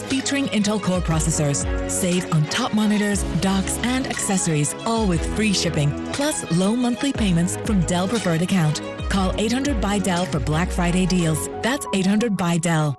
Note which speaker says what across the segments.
Speaker 1: featuring Intel Core processors. Save on top monitors, docks, and accessories, all with free shipping, plus low monthly payments from Dell Preferred Account. Call 800 by Dell for Black Friday deals. That's 800 by Dell.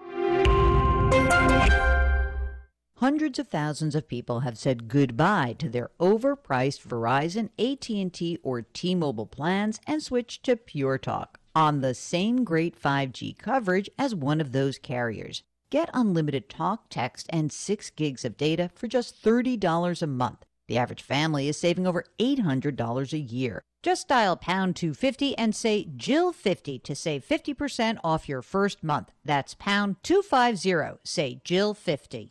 Speaker 2: Hundreds of thousands of people have said goodbye to their overpriced Verizon, AT&T, or T-Mobile plans and switched to Pure Talk on the same great 5G coverage as one of those carriers. Get unlimited talk, text, and 6 gigs of data for just $30 a month. The average family is saving over $800 a year. Just dial pound 250 and say Jill 50 to save 50% off your first month. That's pound 250. Say Jill 50.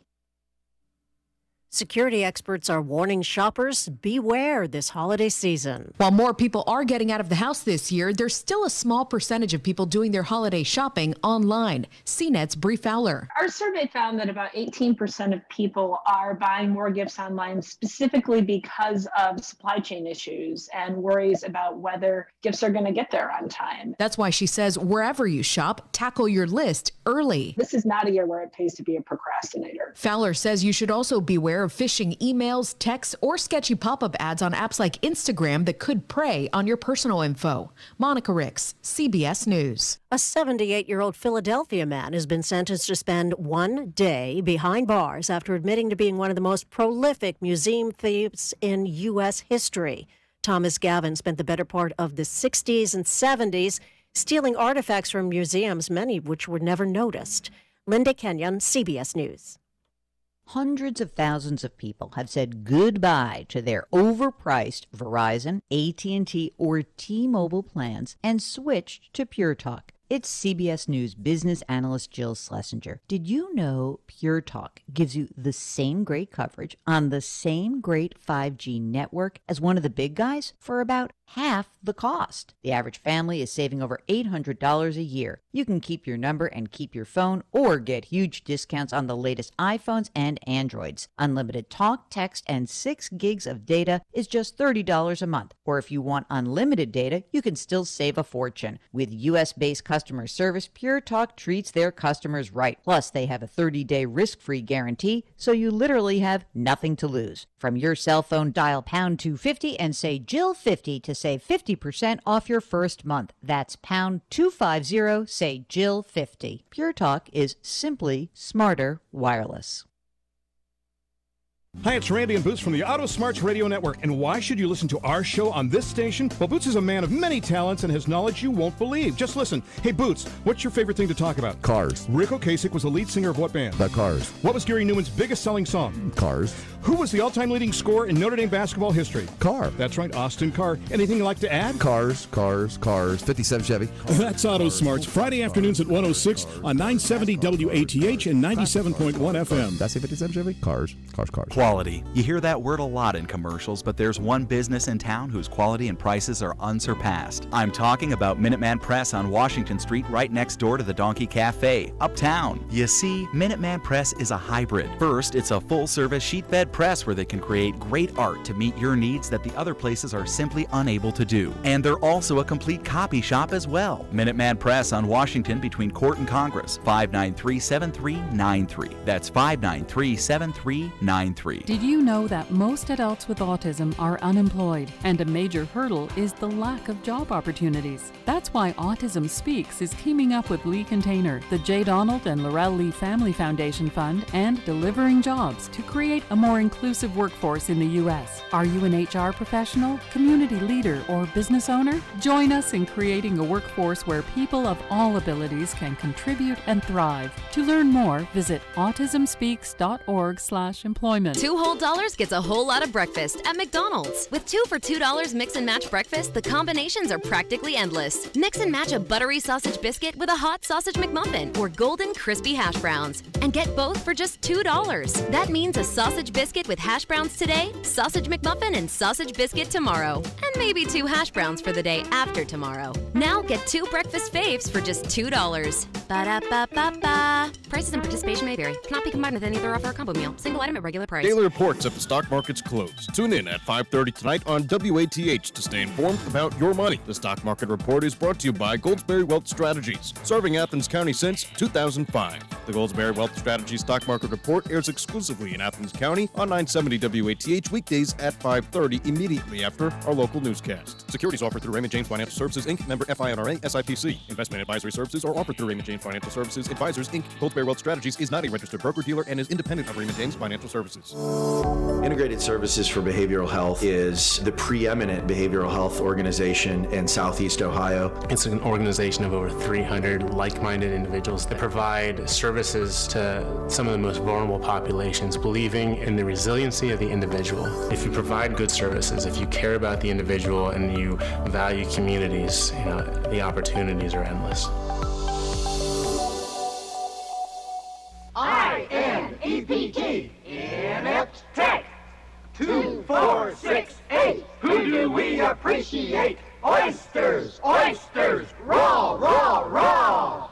Speaker 3: Security experts are warning shoppers beware this holiday season.
Speaker 4: While more people are getting out of the house this year, there's still a small percentage of people doing their holiday shopping online. CNET's Bree Fowler.
Speaker 5: Our survey found that about 18% of people are buying more gifts online specifically because of supply chain issues and worries about whether gifts are going to get there on time.
Speaker 4: That's why she says wherever you shop, tackle your list early.
Speaker 5: This is not a year where it pays to be a procrastinator.
Speaker 4: Fowler says you should also beware of phishing emails, texts, or sketchy pop up ads on apps like Instagram that could prey on your personal info. Monica Ricks, CBS News.
Speaker 3: A 78 year old Philadelphia man has been sentenced to spend one day behind bars after admitting to being one of the most prolific museum thieves in U.S. history. Thomas Gavin spent the better part of the 60s and 70s stealing artifacts from museums, many of which were never noticed. Linda Kenyon, CBS News.
Speaker 2: Hundreds of thousands of people have said goodbye to their overpriced Verizon, AT&T, or T-Mobile plans and switched to Pure Talk. It's CBS News business analyst Jill Schlesinger. Did you know Pure Talk gives you the same great coverage on the same great 5G network as one of the big guys for about half the cost? The average family is saving over $800 a year. You can keep your number and keep your phone or get huge discounts on the latest iPhones and Androids. Unlimited talk, text, and 6 gigs of data is just $30 a month. Or if you want unlimited data, you can still save a fortune. With US based customers, customer service, Pure Talk treats their customers right. Plus, they have a 30 day risk free guarantee, so you literally have nothing to lose. From your cell phone, dial pound 250 and say Jill 50 to save 50% off your first month. That's pound 250, say Jill 50. Pure Talk is simply smarter wireless.
Speaker 6: Hi, it's Randy and Boots from the Auto Smarts Radio Network. And why should you listen to our show on this station? Well, Boots is a man of many talents and has knowledge you won't believe. Just listen. Hey, Boots, what's your favorite thing to talk about?
Speaker 7: Cars.
Speaker 6: Rick Ocasek was the lead singer of what band?
Speaker 7: The Cars.
Speaker 6: What was Gary Newman's biggest selling song?
Speaker 7: Cars.
Speaker 6: Who was the all time leading scorer in Notre Dame basketball history?
Speaker 7: Carr.
Speaker 6: That's right, Austin Carr. Anything you'd like to add?
Speaker 7: Cars, cars, cars. 57 Chevy.
Speaker 6: That's Auto Smarts, Friday afternoons at 106 on 970 WATH and 97.1 FM.
Speaker 7: That's a 57 Chevy? Cars, cars, cars.
Speaker 8: Quality. You hear that word a lot in commercials, but there's one business in town whose quality and prices are unsurpassed. I'm talking about Minuteman Press on Washington Street, right next door to the Donkey Cafe, uptown. You see, Minuteman Press is a hybrid. First, it's a full service sheet fed press where they can create great art to meet your needs that the other places are simply unable to do. And they're also a complete copy shop as well. Minuteman Press on Washington between Court and Congress, 593 7393. That's 593 7393.
Speaker 9: Did you know that most adults with autism are unemployed, and a major hurdle is the lack of job opportunities? That's why Autism Speaks is teaming up with Lee Container, the J. Donald and Laurel Lee Family Foundation Fund, and Delivering Jobs to create a more inclusive workforce in the U.S. Are you an HR professional, community leader, or business owner? Join us in creating a workforce where people of all abilities can contribute and thrive. To learn more, visit autismspeaks.org/employment.
Speaker 10: Two whole dollars gets a whole lot of breakfast at McDonald's. With two for $2 mix and match breakfast, the combinations are practically endless. Mix and match a buttery sausage biscuit with a hot sausage McMuffin or golden crispy hash browns. And get both for just $2. That means a sausage biscuit with hash browns today, sausage McMuffin and sausage biscuit tomorrow. And maybe two hash browns for the day after tomorrow. Now get two breakfast faves for just $2. Ba da ba ba ba. Prices and participation may vary. Cannot be combined with any other offer or combo meal. Single item at regular price.
Speaker 11: daily reports after stock markets close. Tune in at 5.30 tonight on WATH to stay informed about your money. The Stock Market Report is brought to you by Goldsberry Wealth Strategies, serving Athens County since 2005. The Goldsberry Wealth Strategies Stock Market Report airs exclusively in Athens County on 970 WATH weekdays at 5.30 immediately after our local newscast. Securities offered through Raymond James Financial Services, Inc., member FINRA, SIPC. Investment advisory services are offered through Raymond James Financial Services Advisors, Inc. Goldsberry Wealth Strategies is not a registered broker-dealer and is independent of Raymond James Financial Services.
Speaker 12: Integrated Services for Behavioral Health is the preeminent behavioral health organization in Southeast Ohio.
Speaker 13: It's an organization of over 300 like minded individuals that provide services to some of the most vulnerable populations, believing in the resiliency of the individual. If you provide good services, if you care about the individual and you value communities, you know, the opportunities are endless.
Speaker 14: I N E P T. Inept Tech. Two, four, six, eight. Who do we appreciate? Oysters, oysters, raw, raw, raw.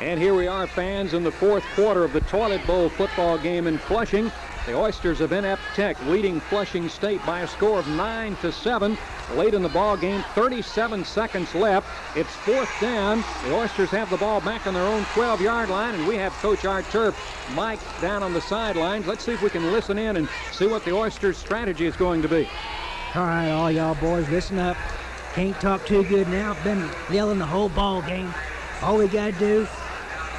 Speaker 15: And here we are, fans, in the fourth quarter of the Toilet Bowl football game in Flushing. The Oysters of Inept Tech leading Flushing State by a score of 9 to 7 late in the ball game. 37 seconds left. It's fourth down. The Oysters have the ball back on their own 12-yard line, and we have Coach Art Turp, Mike, down on the sidelines. Let's see if we can listen in and see what the Oysters' strategy is going to be.
Speaker 16: All right, all y'all boys, listen up. Can't talk too good now. Been yelling the whole ball game. All we gotta do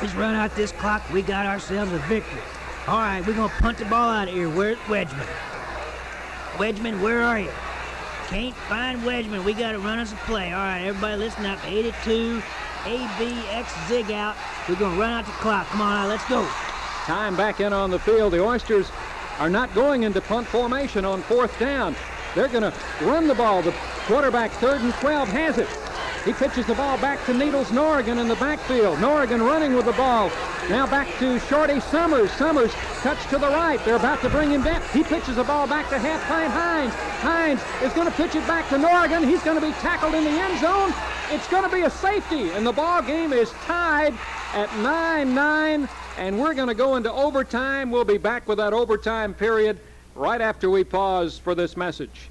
Speaker 16: is run out this clock. We got ourselves a victory. All right, we're gonna punt the ball out of here. Where's Wedgman? Wedgman, where are you? Can't find Wedgman. We gotta run us a play. All right, everybody, listen up. 82, ABX zig out. We're gonna run out the clock. Come on, let's go.
Speaker 15: Time back in on the field. The Oysters are not going into punt formation on fourth down. They're going to run the ball. The quarterback, third and 12, has it. He pitches the ball back to Needles Norrigan in the backfield. Norrigan running with the ball. Now back to Shorty Summers. Summers cuts to the right. They're about to bring him down. He pitches the ball back to half-time Hines. Hines is going to pitch it back to Norrigan. He's going to be tackled in the end zone. It's going to be a safety, and the ball game is tied at 9-9, and we're going to go into overtime. We'll be back with that overtime period right after we pause for this message.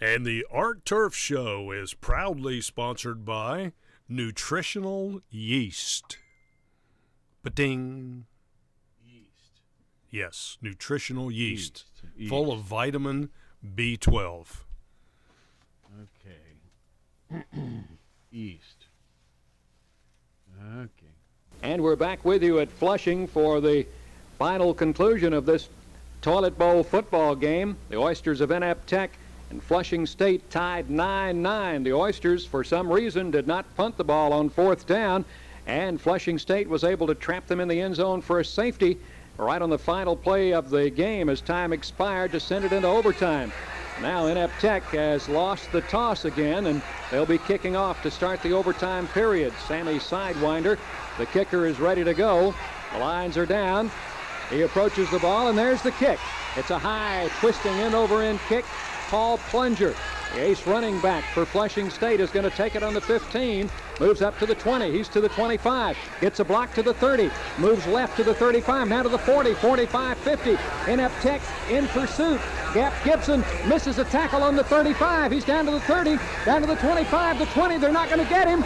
Speaker 17: And the Art Turf Show is proudly sponsored by Nutritional Yeast. Ba-ding. Yeast. Yes, nutritional yeast,
Speaker 18: Yeast.
Speaker 17: full of vitamin B12.
Speaker 18: Okay. East. Okay.
Speaker 15: And we're back with you at Flushing for the final conclusion of this Toilet Bowl football game. The Oysters of NAP Tech and Flushing State tied 9 9. The Oysters, for some reason, did not punt the ball on fourth down, and Flushing State was able to trap them in the end zone for a safety right on the final play of the game as time expired to send it into overtime. Now NF Tech has lost the toss again, and they'll be kicking off to start the overtime period. Sammy Sidewinder, the kicker, is ready to go. The lines are down. He approaches the ball, and there's the kick. It's a high, twisting end over end kick. Paul Plunger, the ace running back for Flushing State, is going to take it on the 15. Moves up to the 20. He's to the 25. Gets a block to the 30. Moves left to the 35. Now to the 40, 45, 50. NF Tech in pursuit. Gap Gibson misses a tackle on the 35. He's down to the 30, down to the 25, the 20. They're not going to get him.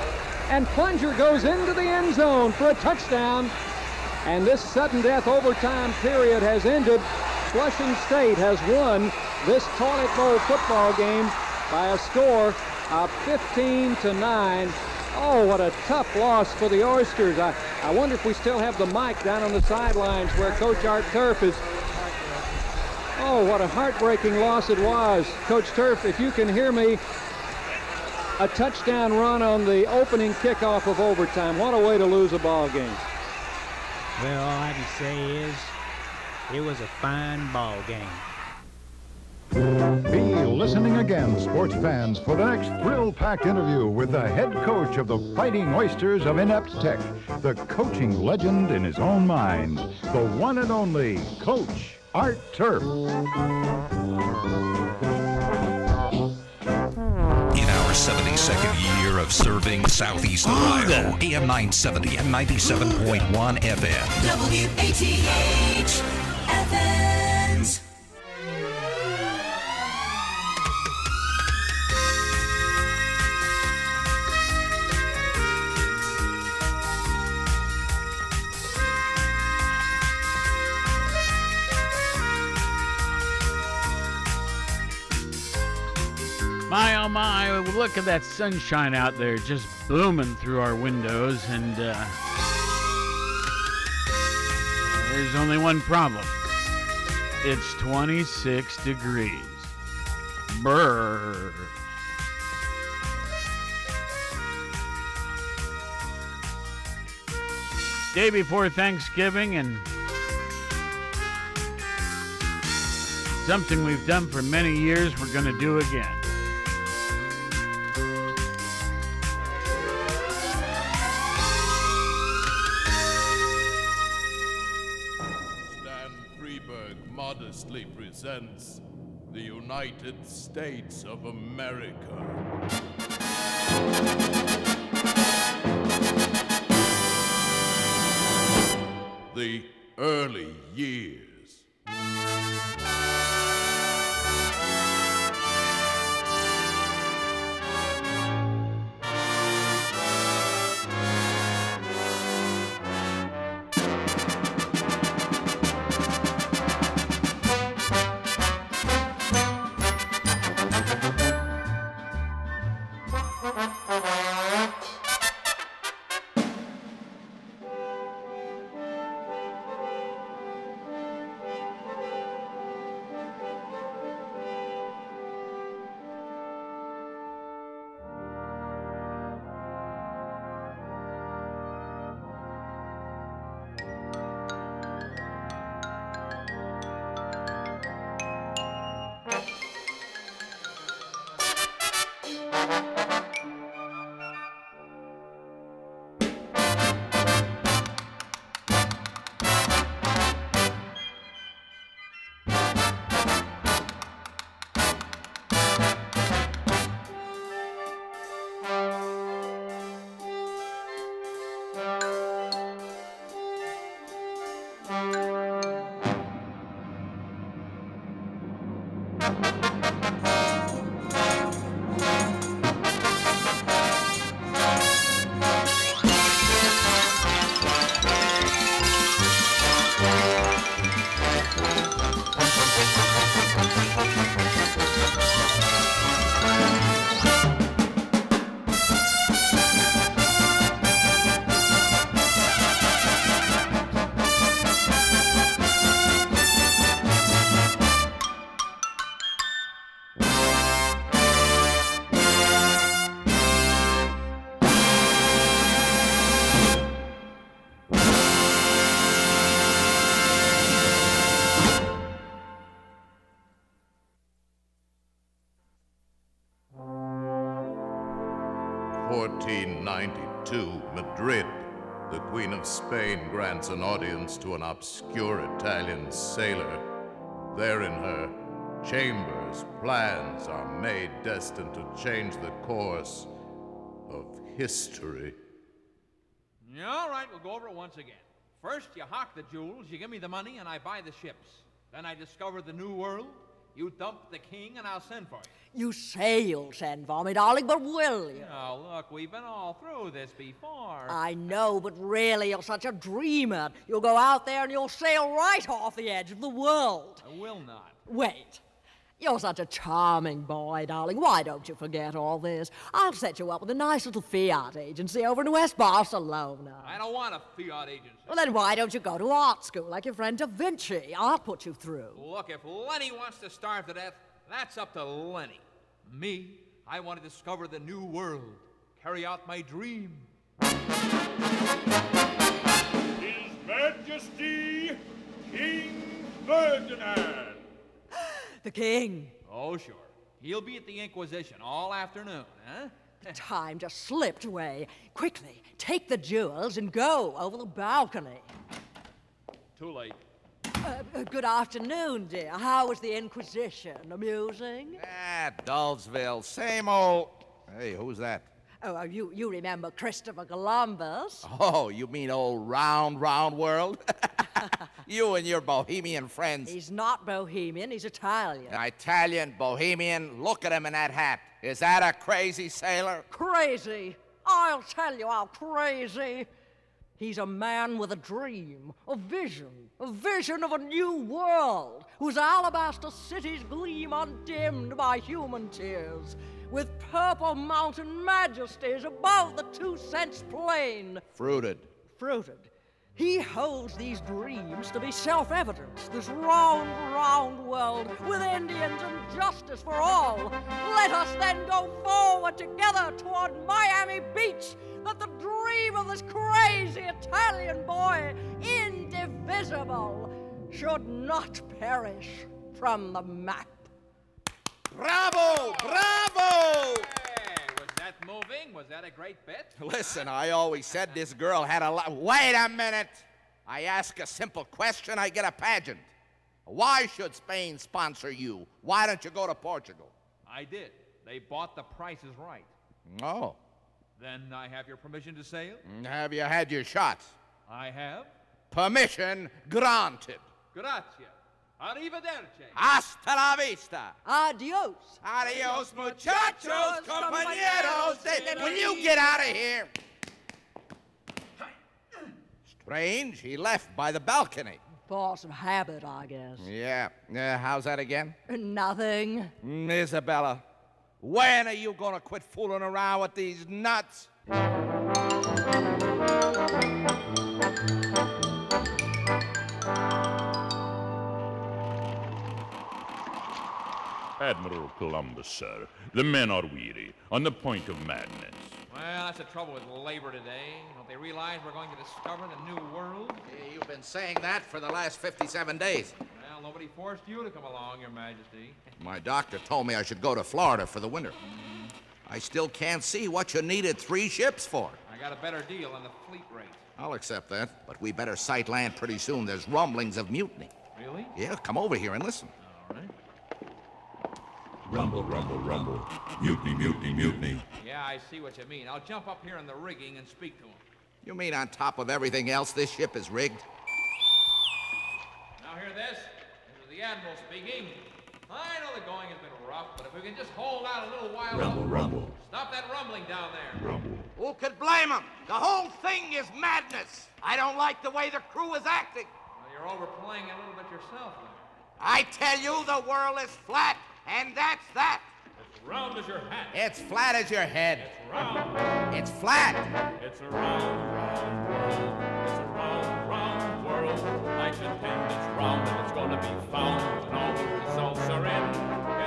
Speaker 15: And Plunger goes into the end zone for a touchdown. And this sudden death overtime period has ended. Flushing State has won this toilet bowl football game by a score of 15 to 9. Oh, what a tough loss for the Oysters. I, I wonder if we still have the mic down on the sidelines where Coach Art Turf is. Oh, what a heartbreaking loss it was. Coach Turf, if you can hear me, a touchdown run on the opening kickoff of overtime. What a way to lose a ball game.
Speaker 16: Well, all I can say is it was a fine ball game.
Speaker 19: Be listening again, sports fans, for the next thrill-packed interview with the head coach of the Fighting Oysters of Inept Tech, the coaching legend in his own mind, the one and only Coach Art Turf.
Speaker 20: In our 72nd year of serving Southeast Ohio. AM 970 and 97.1 FM.
Speaker 14: WATH Athens.
Speaker 21: My oh my, look at that sunshine out there just blooming through our windows, and uh, there's only one problem it's 26 degrees. Brr. Day before Thanksgiving, and something we've done for many years, we're going to do again.
Speaker 22: Stan Freeberg modestly presents the United States of America. The early years. Fourteen ninety-two, Madrid. The Queen of Spain grants an audience to an obscure Italian sailor. There in her chambers, plans are made destined to change the course of history.
Speaker 23: Yeah, all right, we'll go over it once again. First, you hock the jewels, you give me the money, and I buy the ships. Then I discover the new world. You dump the king, and I'll send for you.
Speaker 24: You say you'll send for me, darling, but will you?
Speaker 23: Now, look, we've been all through this before.
Speaker 24: I know, but really, you're such a dreamer. You'll go out there and you'll sail right off the edge of the world.
Speaker 23: I will not.
Speaker 24: Wait. You're such a charming boy, darling. Why don't you forget all this? I'll set you up with a nice little Fiat agency over in West Barcelona.
Speaker 23: I don't want a fiat agency.
Speaker 24: Well, then why don't you go to art school like your friend Da Vinci? I'll put you through.
Speaker 23: Look, if Lenny wants to starve to death, that's up to Lenny. Me, I want to discover the new world, carry out my dream.
Speaker 14: His Majesty King Ferdinand.
Speaker 24: The king.
Speaker 23: Oh, sure. He'll be at the Inquisition all afternoon, huh?
Speaker 24: The time just slipped away. Quickly, take the jewels and go over the balcony.
Speaker 23: Too late.
Speaker 24: Uh, uh, good afternoon, dear. How was the Inquisition? Amusing?
Speaker 25: At Dullsville, same old.
Speaker 26: Hey, who's that?
Speaker 24: Oh, uh, you, you remember Christopher Columbus?
Speaker 27: Oh, you mean old round, round world? you and your bohemian friends.
Speaker 24: He's not Bohemian, he's Italian.
Speaker 27: An Italian bohemian. Look at him in that hat. Is that a crazy sailor?
Speaker 24: Crazy! I'll tell you how crazy! He's a man with a dream, a vision, a vision of a new world, whose alabaster cities gleam undimmed by human tears, with purple mountain majesties above the two cents plain.
Speaker 27: Fruited.
Speaker 24: Fruited. He holds these dreams to be self evident, this round, round world with Indians and justice for all. Let us then go forward together toward Miami Beach, that the dream of this crazy Italian boy, indivisible, should not perish from the map.
Speaker 27: Bravo! Bravo!
Speaker 23: Eh, Was that moving? Was that a great bit?
Speaker 27: Listen, I always said this girl had a lot. Wait a minute! I ask a simple question, I get a pageant. Why should Spain sponsor you? Why don't you go to Portugal?
Speaker 23: I did. They bought the prices right.
Speaker 27: Oh,
Speaker 23: Then I have your permission to sail?
Speaker 27: have you had your shot?
Speaker 23: I have.
Speaker 27: Permission granted.
Speaker 23: Grazie. Arrivederci.
Speaker 27: Hasta la vista.
Speaker 24: Adios.
Speaker 27: Adios, muchachos, compañeros. de- Will you get out of here? Strange, he left by the balcony.
Speaker 24: Force of habit, I guess.
Speaker 27: Yeah. Uh, how's that again?
Speaker 24: Nothing.
Speaker 27: Mm, Isabella, when are you gonna quit fooling around with these nuts?
Speaker 28: Admiral Columbus, sir, the men are weary, on the point of madness.
Speaker 23: Well, that's the trouble with labor today. Don't they realize we're going to discover the new world?
Speaker 27: you've been saying that for the last 57 days.
Speaker 23: Well, nobody forced you to come along, Your Majesty.
Speaker 27: My doctor told me I should go to Florida for the winter. I still can't see what you needed three ships for.
Speaker 23: I got a better deal on the fleet rate.
Speaker 27: I'll accept that, but we better sight land pretty soon. There's rumblings of mutiny.
Speaker 23: Really?
Speaker 27: Yeah, come over here and listen.
Speaker 28: Rumble, rumble, rumble. Mutiny, mutiny, mutiny.
Speaker 23: Yeah, I see what you mean. I'll jump up here in the rigging and speak to him.
Speaker 27: You mean on top of everything else, this ship is rigged?
Speaker 23: Now hear this. This is the Admiral speaking. I know the going has been rough, but if we can just hold out a little while.
Speaker 28: Rumble, rumble.
Speaker 23: Stop that rumbling down there.
Speaker 27: Who could blame him? The whole thing is madness. I don't like the way the crew is acting.
Speaker 23: Well, you're overplaying it a little bit yourself there.
Speaker 27: I tell you, the world is flat, and that's that.
Speaker 23: Round as your hat.
Speaker 27: It's flat as your head. It's round. It's flat.
Speaker 28: It's a round, round world. It's a round, round world. I contend it's round and it's gonna be found when all the results are in.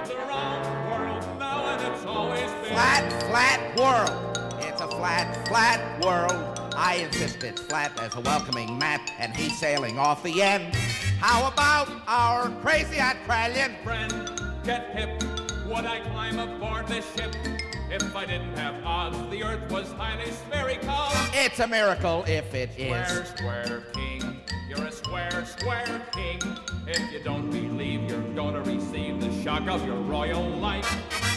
Speaker 28: It's a round world now and it's always been.
Speaker 27: Flat, flat world. It's a flat, flat world. I insist it's flat as a welcoming map, and he's sailing off the end. How about our crazy Australian
Speaker 28: friend? Get hip. Would I climb aboard this ship? If I didn't have odds, the earth was highly spherical.
Speaker 27: It's a miracle if it
Speaker 28: Square,
Speaker 27: is.
Speaker 28: square king. You're a square, square king. If you don't believe, you're gonna receive the shock of your royal life.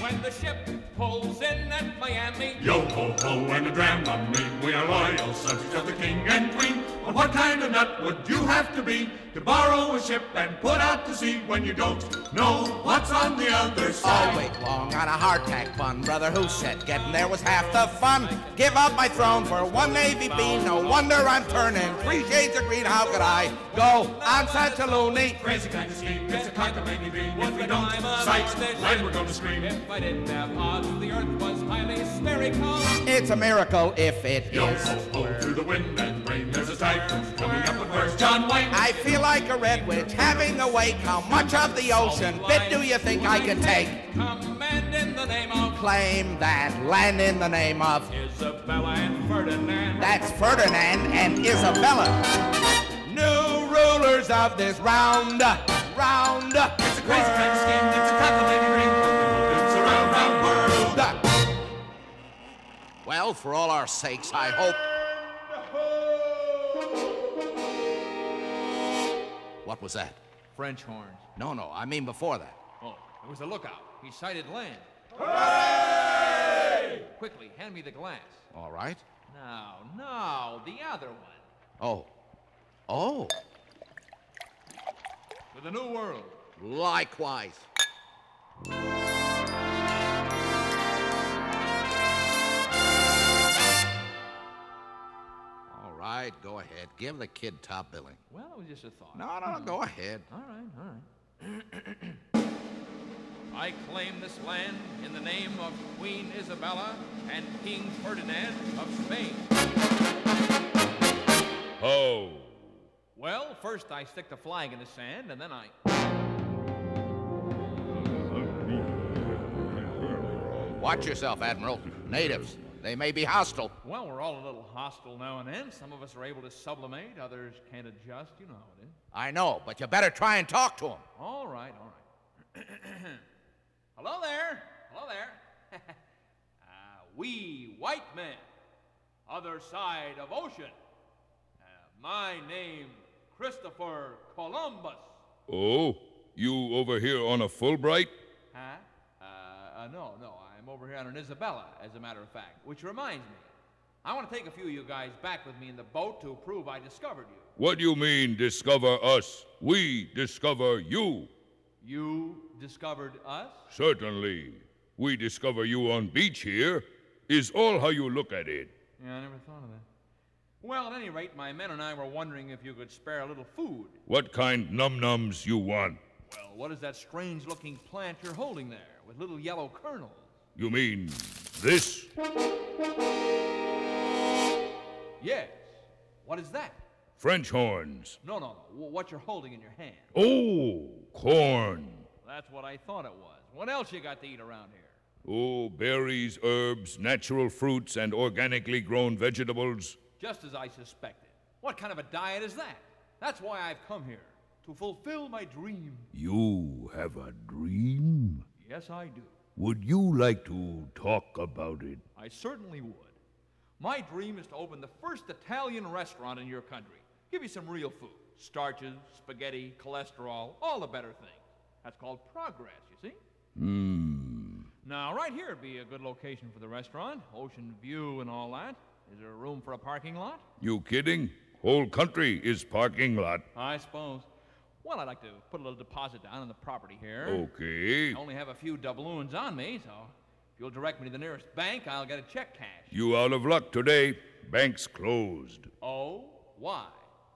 Speaker 28: When the ship pulls in at Miami,
Speaker 29: Yo ho ho and a drama mean we are loyal subjects of the king and queen. But what kind of nut would you have to be to borrow a ship and put out to sea when you don't know what's on the other
Speaker 27: All
Speaker 29: side?
Speaker 27: week long on a hardtack fun, brother. Who said getting there was half the fun? Give up my throne for one navy bean. No wonder I'm turning three shades of green. How could I go on such a loony?
Speaker 29: Crazy kind of scheme, it's a cockamamie bean. If we don't sight land, we're going to scream. If I didn't have odds, the earth was highly spherical.
Speaker 27: It's a miracle if it
Speaker 29: Yo
Speaker 27: is.
Speaker 29: ho ho through the wind and rain, there's a typhoon coming up. But where's John Wayne?
Speaker 27: I feel like a red witch having a wake. How much of the ocean bit do you think I can take?
Speaker 28: command in the name of
Speaker 27: Claim that land in the name of.
Speaker 28: Isabella and Ferdinand.
Speaker 27: That's Ferdinand and Isabella. New rulers of this round, round. It's a crazy kind of scheme. It's a calculated ring. It's a round, round world. Well, for all our sakes, I hope. What was that?
Speaker 23: French horns.
Speaker 27: No, no, I mean before that.
Speaker 23: Oh, it was a lookout. He sighted land. quickly, hand me the glass.
Speaker 27: All right.
Speaker 23: No, no, the other one.
Speaker 27: Oh. Oh.
Speaker 23: To the New World.
Speaker 27: Likewise. All right, go ahead. Give the kid top billing.
Speaker 23: Well, it was just a thought.
Speaker 27: No, no, no, go ahead.
Speaker 23: All right, all right. I claim this land in the name of Queen Isabella and King Ferdinand of Spain.
Speaker 30: Ho!
Speaker 23: Well, first I stick the flag in the sand, and then I.
Speaker 27: Watch yourself, Admiral. Natives, they may be hostile.
Speaker 23: Well, we're all a little hostile now and then. Some of us are able to sublimate, others can't adjust. You know how it is.
Speaker 27: I know, but you better try and talk to them.
Speaker 23: All right, all right. Hello there. Hello there. uh, we white men, other side of ocean. Uh, my name, Christopher Columbus.
Speaker 31: Oh, you over here on a Fulbright?
Speaker 23: Huh? Uh, uh, no, no, I'm over here on an Isabella, as a matter of fact. Which reminds me, I want to take a few of you guys back with me in the boat to prove I discovered you.
Speaker 31: What do you mean, discover us? We discover you.
Speaker 23: You discovered us?
Speaker 31: Certainly. We discover you on beach here, is all how you look at it.
Speaker 23: Yeah, I never thought of that. Well, at any rate, my men and I were wondering if you could spare a little food.
Speaker 31: What kind num-nums you want?
Speaker 23: Well, what is that strange looking plant you're holding there with little yellow kernels?
Speaker 31: You mean this?
Speaker 23: Yes. What is that?
Speaker 31: French horns.
Speaker 23: No, no, no. wh- What you're holding in your hand.
Speaker 31: Oh, corn.
Speaker 23: That's what I thought it was. What else you got to eat around here?
Speaker 31: Oh, berries, herbs, natural fruits, and organically grown vegetables.
Speaker 23: Just as I suspected. What kind of a diet is that? That's why I've come here. To fulfill my dream.
Speaker 31: You have a dream?
Speaker 23: Yes, I do.
Speaker 31: Would you like to talk about it?
Speaker 23: I certainly would. My dream is to open the first Italian restaurant in your country. Give you some real food starches, spaghetti, cholesterol, all the better things. That's called progress, you see?
Speaker 31: Hmm.
Speaker 23: Now, right here would be a good location for the restaurant. Ocean view and all that. Is there room for a parking lot?
Speaker 31: You kidding? Whole country is parking lot.
Speaker 23: I suppose. Well, I'd like to put a little deposit down on the property here.
Speaker 31: Okay.
Speaker 23: I only have a few doubloons on me, so if you'll direct me to the nearest bank, I'll get a check cash.
Speaker 31: You out of luck today. Banks closed.
Speaker 23: Oh, why?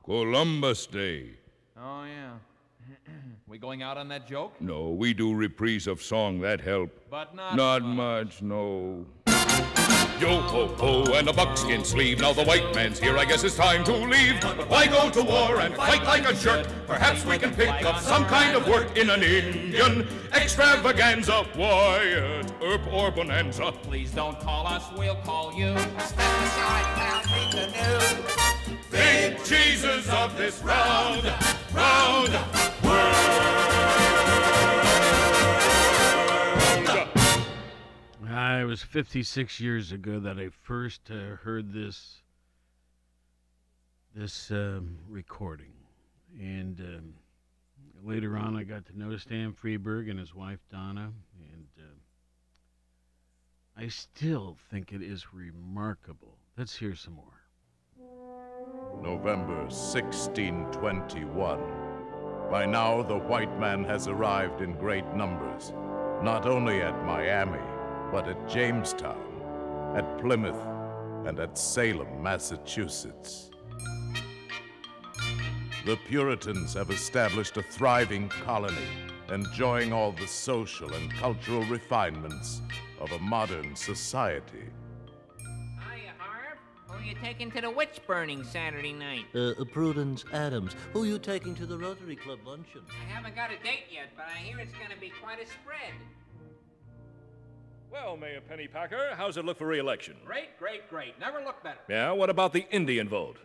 Speaker 31: Columbus Day.
Speaker 23: Oh, yeah. we going out on that joke?
Speaker 31: No, we do reprise of song that help.
Speaker 23: But not
Speaker 31: much, no.
Speaker 14: Yo ho ho and a buckskin sleeve. Now the white man's here, I guess it's time to leave. But why go to war and fight like a jerk? Perhaps we can pick up some kind of work in an Indian extravaganza. Wyatt, herb or bonanza.
Speaker 23: Please don't call us, we'll call you.
Speaker 14: Big Jesus of this round, round world.
Speaker 21: I Ah, was 56 years ago that I first uh, heard this this um, recording, and um, later on I got to know Stan Freeberg and his wife Donna, and uh, I still think it is remarkable. Let's hear some more.
Speaker 22: November 1621. By now, the white man has arrived in great numbers, not only at Miami, but at Jamestown, at Plymouth, and at Salem, Massachusetts. The Puritans have established a thriving colony, enjoying all the social and cultural refinements of a modern society.
Speaker 16: Hiya, Harv. Who you taking to the witch burning Saturday night?
Speaker 32: Uh, Prudence Adams, who you taking to the Rotary Club luncheon?
Speaker 16: I haven't got a date yet, but I hear it's gonna be quite a spread.
Speaker 25: Well, Mayor Pennypacker, how's it look for re-election?
Speaker 23: Great, great, great. Never looked better.
Speaker 25: Yeah, what about the Indian vote?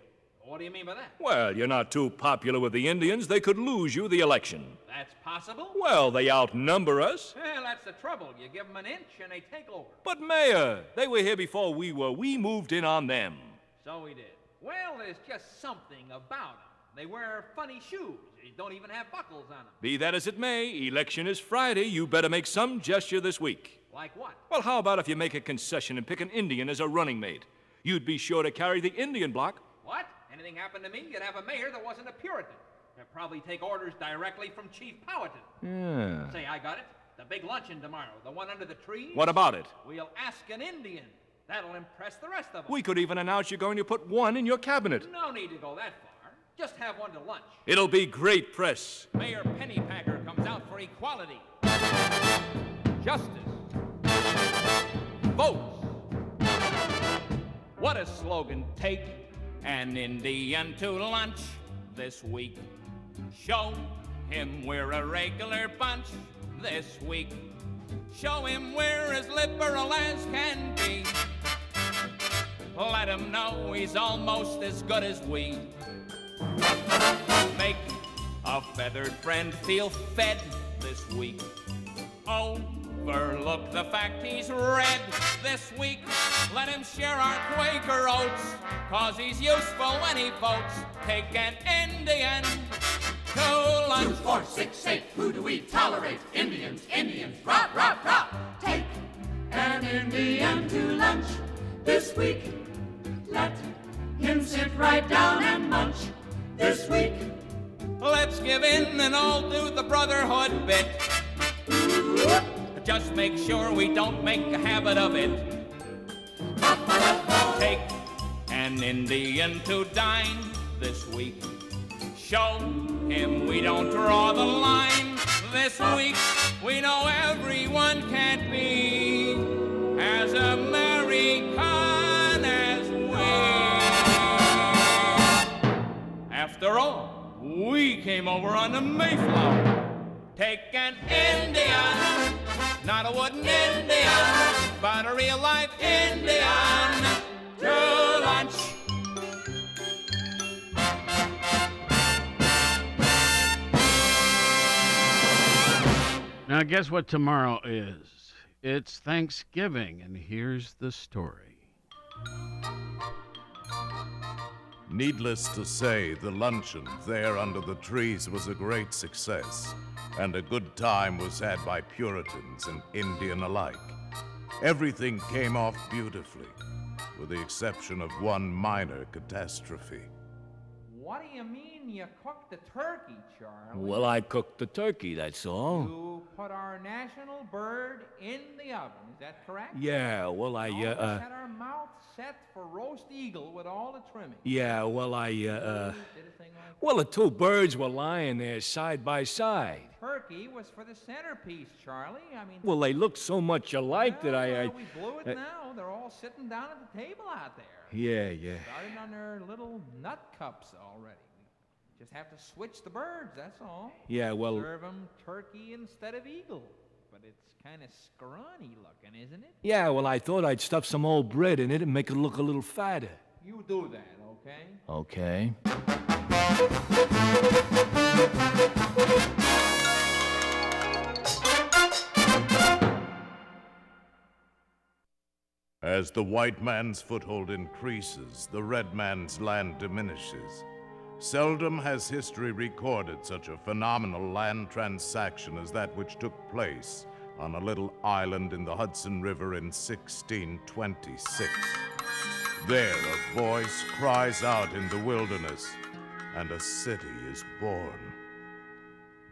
Speaker 23: What do you mean by that?
Speaker 25: Well, you're not too popular with the Indians. They could lose you the election.
Speaker 23: That's possible?
Speaker 25: Well, they outnumber us.
Speaker 23: Well, that's the trouble. You give them an inch and they take over.
Speaker 25: But, Mayor, they were here before we were. We moved in on them.
Speaker 23: So we did. Well, there's just something about them. They wear funny shoes. They don't even have buckles on them.
Speaker 33: Be that as it may, election is Friday. You better make some gesture this week.
Speaker 23: Like what?
Speaker 33: Well, how about if you make a concession and pick an Indian as a running mate? You'd be sure to carry the Indian block.
Speaker 23: What? Anything happened to me, you'd have a mayor that wasn't a Puritan. They'd probably take orders directly from Chief Powhatan.
Speaker 33: Yeah.
Speaker 23: Say, I got it. The big luncheon tomorrow, the one under the tree.
Speaker 33: What about it?
Speaker 23: We'll ask an Indian. That'll impress the rest of them.
Speaker 33: We could even announce you're going to put one in your cabinet.
Speaker 23: No need to go that far. Just have one to lunch.
Speaker 33: It'll be great press.
Speaker 23: Mayor Pennypacker comes out for equality, justice, votes. What a slogan! Take an Indian to lunch this week. Show him we're a regular bunch this week. Show him we're as liberal as can be. Let him know he's almost as good as we. Make a feathered friend feel fed this week. Overlook the fact he's red this week. Let him share our Quaker oats, cause he's useful when he votes. Take an Indian to lunch.
Speaker 14: Two, four, six, eight. Who do we tolerate? Indians, Indians. Rah, rah, rah. Take an Indian to lunch this week. Let him sit right down and munch this week.
Speaker 23: Let's give in and all do the brotherhood bit. Just make sure we don't make a habit of it. Take an Indian to dine this week. Show him we don't draw the line this week. We know everyone can't be as American as we. After all, we came over on the Mayflower. Take an Indian, not a wooden Indian, but a real life Indian to lunch.
Speaker 21: Now, guess what tomorrow is? It's Thanksgiving, and here's the story.
Speaker 22: Needless to say, the luncheon there under the trees was a great success, and a good time was had by Puritans and Indian alike. Everything came off beautifully, with the exception of one minor catastrophe.
Speaker 23: What do you mean you cooked the turkey, Charlie?
Speaker 25: Well, I cooked the turkey, that's all.
Speaker 23: You put our national bird in the oven, is that correct?
Speaker 25: Yeah, well, I,
Speaker 23: All
Speaker 25: uh,
Speaker 23: of us
Speaker 25: uh,
Speaker 23: had our mouth set for roast eagle with all the trimming.
Speaker 25: yeah, well, I, uh, uh, well, the two birds were lying there side by side.
Speaker 23: Turkey was for the centerpiece, Charlie. I mean,
Speaker 25: Well, they looked so much alike that I, I,
Speaker 23: we blew it
Speaker 25: uh,
Speaker 23: now. They're all sitting down at the table out there.
Speaker 25: yeah, yeah.
Speaker 23: Starting on their little nut cups already. Just have to switch the birds, that's all.
Speaker 25: Yeah, well-
Speaker 23: Serve 'em turkey instead of eagle. But it's kind of scrawny looking, isn't it?
Speaker 25: Yeah, well, I thought I'd stuff some old bread in it and make it look a little fatter.
Speaker 23: You do that, okay?
Speaker 25: Okay.
Speaker 22: As the white man's foothold increases, the red man's land diminishes. Seldom has history recorded such a phenomenal land transaction as that which took place on a little island in the Hudson River in 1626. There, a voice cries out in the wilderness, and a city is born.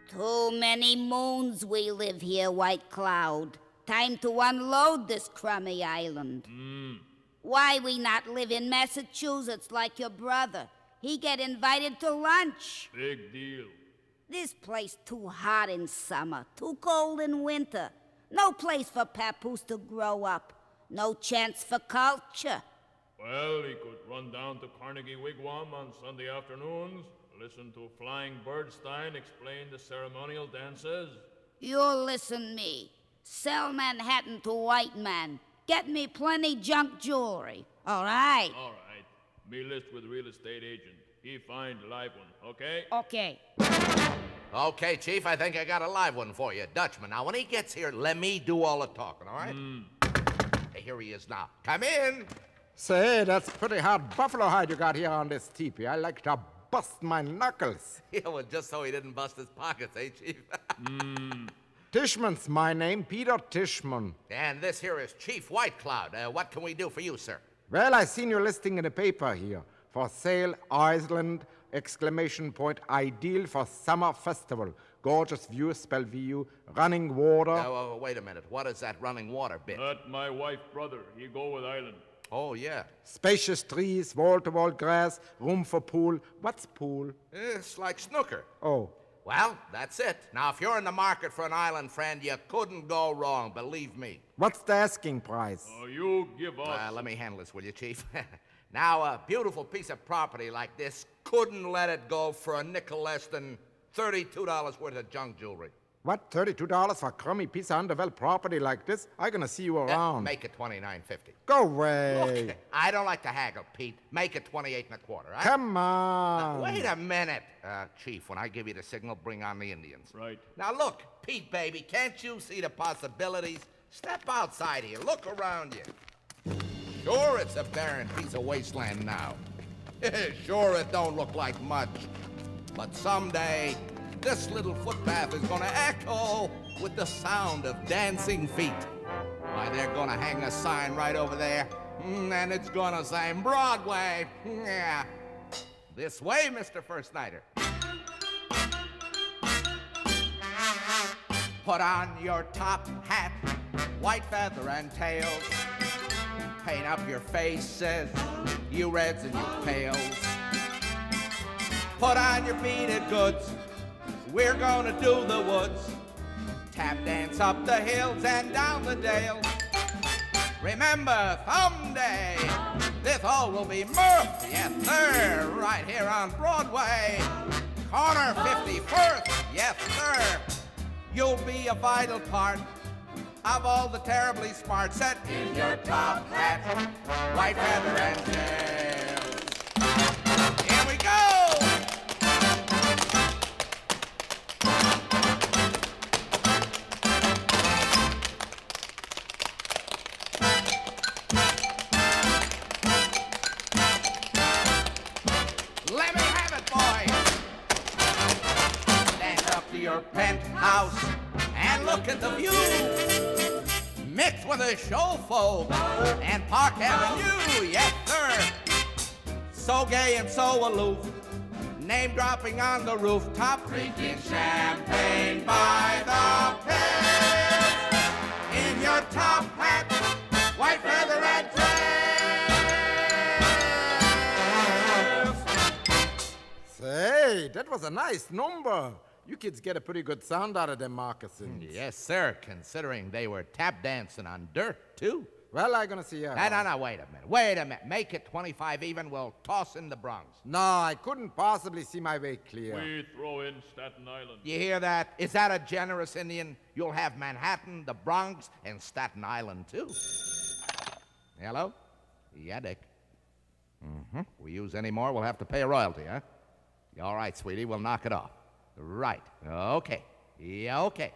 Speaker 34: Too many moons we live here, White Cloud. Time to unload this crummy island. Why we not live in Massachusetts like your brother? He get invited to lunch.
Speaker 35: Big deal.
Speaker 34: This place too hot in summer, too cold in winter. No place for papoose to grow up. No chance for culture.
Speaker 36: Well, he could run down to Carnegie Wigwam on Sunday afternoons, listen to Flying Birdstein explain the ceremonial dances.
Speaker 34: You listen me. Sell Manhattan to white man. Get me plenty junk jewelry. All right.
Speaker 36: All right. Me list with real estate agent. He find live one, okay?
Speaker 27: Oh.
Speaker 34: Okay.
Speaker 27: Okay, Chief, I think I got a live one for you. Dutchman. Now, when he gets here, let me do all the talking, all right? Hey, Here he is now. Come in.
Speaker 12: Say, that's pretty hard buffalo hide you got here on this teepee. I like to bust my knuckles.
Speaker 27: Yeah, well, just so he didn't bust his pockets, eh, Chief?
Speaker 12: Tishman's my name, Peter Tishman.
Speaker 27: and this here is Chief White Cloud. Uh, what can we do for you, sir?
Speaker 12: Well, I seen your listing in the paper here. For sale, Iceland, exclamation point, ideal for summer festival. Gorgeous view, spell view, running water.
Speaker 27: Oh, wait a minute. What is that running water bit?
Speaker 11: That my wife, brother. He go with Island.
Speaker 27: Oh, yeah.
Speaker 12: Spacious trees, wall to wall grass, room for pool. What's pool?
Speaker 27: It's like snooker.
Speaker 12: Oh,
Speaker 27: Well, that's it. Now, if you're in the market for an island friend, you couldn't go wrong, believe me.
Speaker 12: what's the asking price?
Speaker 27: Oh, you give up. Uh, let me handle this, will you, Chief? now, a beautiful piece of property like this couldn't let it go for a nickel less than $32 worth of junk jewelry.
Speaker 12: What, $32 for a crummy piece of undervalued property like this? I'm gonna see you around.
Speaker 27: Make it 29.50.
Speaker 12: Go away.
Speaker 27: I don't like to haggle, Pete. Make it 28 and a quarter. I-
Speaker 12: Come on.
Speaker 27: Now, wait a minute. Uh, Chief, when I give you the signal, bring on the Indians.
Speaker 11: Right.
Speaker 27: Now, look, Pete, baby, can't you see the possibilities? Step outside here. Look around you. Sure, it's a barren piece of wasteland now. sure, it don't look like much. But someday, this little footpath is gonna echo with the sound of dancing feet. Why, they're gonna hang a sign right over there, mm, and it's gonna say Broadway. Yeah. This way, Mr. First Nighter. Put on your top hat, white feather and tails. Paint up your faces, you reds and you pales. Put on your beaded goods, we're gonna do the woods. Tap dance up the hills and down the dales. Remember, someday, this all will be mirth. Yes, sir, right here on Broadway. Corner 51st, yes, sir. You'll be a vital part of all the terribly smart set in your top hat, white feather and tails. Here we go! Let me have it, boy. Stand up to your penthouse and look at the view. Mix with a show folk and Park Avenue, yes sir. So gay and so aloof, name dropping on the rooftop, drinking champagne by the pails. In your top hat, white feather and
Speaker 12: Say, that was a nice number. You kids get a pretty good sound out of them moccasins.
Speaker 27: Yes, sir, considering they were tap dancing on dirt, too.
Speaker 12: Well, I'm gonna see you.
Speaker 27: No, no, no, wait a minute. Wait a minute. Make it 25 even. We'll toss in the Bronx.
Speaker 12: No, I couldn't possibly see my way clear.
Speaker 11: We throw in Staten Island.
Speaker 27: You hear that? Is that a generous Indian? You'll have Manhattan, the Bronx, and Staten Island, too. Hello? Yeah, Dick. Mm-hmm. We use any more, we'll have to pay a royalty, huh? All right, sweetie, we'll knock it off. Right. Okay. Yeah, okay.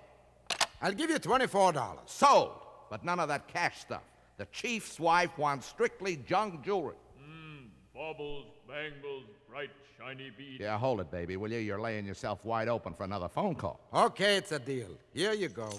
Speaker 12: I'll give you $24.
Speaker 27: Sold, but none of that cash stuff. The chief's wife wants strictly junk jewelry.
Speaker 11: Mm, baubles, bangles, bright, shiny beads.
Speaker 27: Yeah, hold it, baby, will you? You're laying yourself wide open for another phone call.
Speaker 12: Okay, it's a deal. Here you go.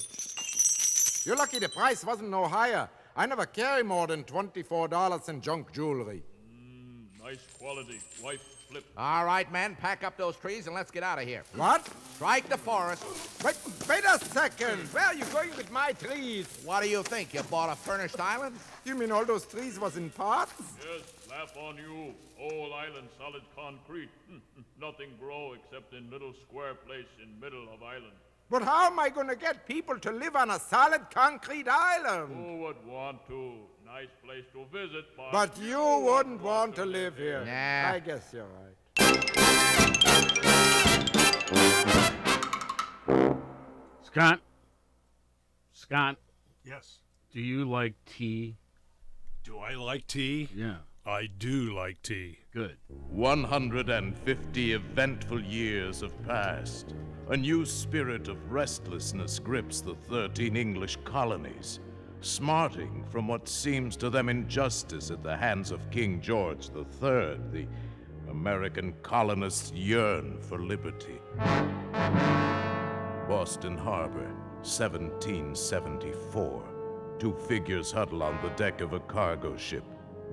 Speaker 12: You're lucky the price wasn't no higher. I never carry more than $24 in junk jewelry.
Speaker 36: Mm,
Speaker 11: Nice quality. Wife flip.
Speaker 27: All right, men, pack up those trees and let's get out of here.
Speaker 12: What?
Speaker 27: Strike the forest.
Speaker 12: Wait, wait a second. Where are you going with my trees?
Speaker 27: What do you think? You bought a furnished island?
Speaker 12: You mean all those trees was in parts?
Speaker 11: Yes, laugh on you. Whole island solid concrete. Nothing grow except in little square place in middle of island.
Speaker 12: But how am I going to get people to live on a solid concrete island?
Speaker 11: Who would want to? Nice place to visit,
Speaker 27: Oh,
Speaker 11: but...
Speaker 12: But you wouldn't want to live here.
Speaker 11: Nah.
Speaker 12: I guess you're right.
Speaker 21: Scott. Scott.
Speaker 13: Yes.
Speaker 21: Do you like tea?
Speaker 13: Do I like tea?
Speaker 21: Yeah.
Speaker 13: I do like tea.
Speaker 21: Good.
Speaker 22: 150 eventful years have passed. A new spirit of restlessness grips the 13 English colonies, smarting from what seems to them injustice at the hands of King George III, the American colonists yearn for liberty. Boston Harbor, 1774. Two figures huddle on the deck of a cargo ship,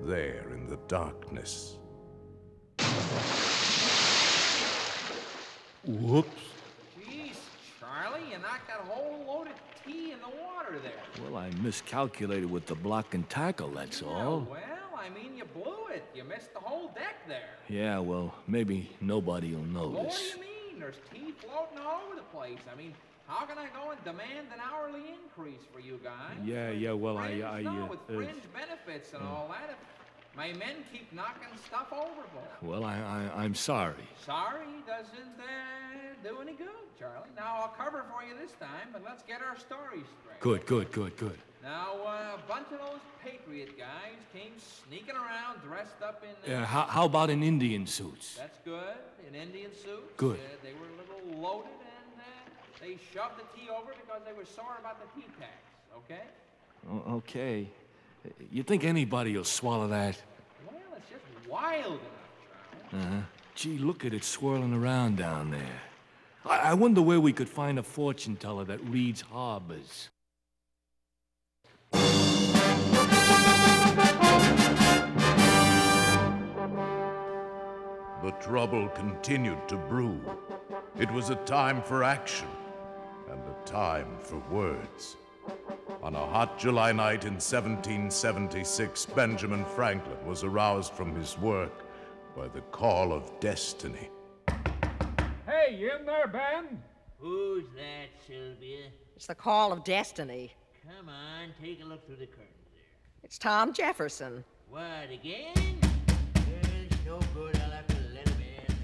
Speaker 22: there in the darkness.
Speaker 21: Whoops.
Speaker 23: Jeez, Charlie, you knocked that whole load of tea in the water there.
Speaker 25: Well, I miscalculated with the block and tackle, that's all.
Speaker 23: Well, I mean, you blew it. You missed the whole deck there.
Speaker 25: Yeah, well, maybe nobody will
Speaker 23: Well, what do
Speaker 25: notice.
Speaker 23: you mean? There's tea floating all over the place. I mean, how can I go and demand an hourly increase for you guys?
Speaker 29: Yeah, yeah, well, I.
Speaker 23: Fringe,
Speaker 29: I
Speaker 23: no,
Speaker 29: uh,
Speaker 23: with
Speaker 29: uh,
Speaker 23: fringe benefits and all that. If my men keep knocking stuff overboard.
Speaker 29: well, I, I, I'm sorry.
Speaker 23: Sorry, doesn't uh, do any good, Charlie. Now I'll cover for you this time, but let's get our stories straight.
Speaker 29: Good, good, good, good.
Speaker 23: Now, uh, a bunch of those patriot guys came sneaking around, dressed up in.
Speaker 25: Uh, how, how about in Indian suits?
Speaker 23: That's good. In Indian suits.
Speaker 25: Good.
Speaker 23: Uh, they were a little loaded, and uh, they shoved the tea over because they were sore about the tea tax. Okay.
Speaker 25: O- okay. You think anybody will swallow that?
Speaker 23: Well, it's just wild enough.
Speaker 25: Uh-huh. Gee, look at it swirling around down there. I, I wonder where we could find a fortune teller that reads harbors.
Speaker 22: The trouble continued to brew. It was a time for action and a time for words. On a hot July night in 1776, Benjamin Franklin was aroused from his work by the call of destiny.
Speaker 15: Hey, you in there, Ben?
Speaker 16: Who's that, Sylvia?
Speaker 15: It's the call of destiny.
Speaker 16: Come on, take a look through the curtain.
Speaker 15: It's Tom Jefferson.
Speaker 16: What, again? Yes, no good. I'll have to let him in.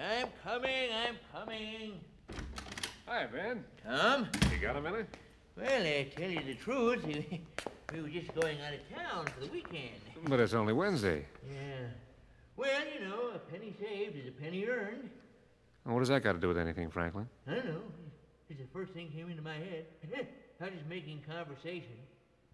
Speaker 16: I'm coming, I'm coming.
Speaker 17: Hi, Ben.
Speaker 16: Tom?
Speaker 17: You got a minute?
Speaker 16: Well, I tell you the truth, we were just going out of town for the weekend.
Speaker 17: But it's only Wednesday.
Speaker 16: Yeah. Well, you know, a penny saved is a penny earned.
Speaker 17: What does that got to do with anything, Franklin?
Speaker 16: I don't know. It's the first thing came into my head. I was making conversation.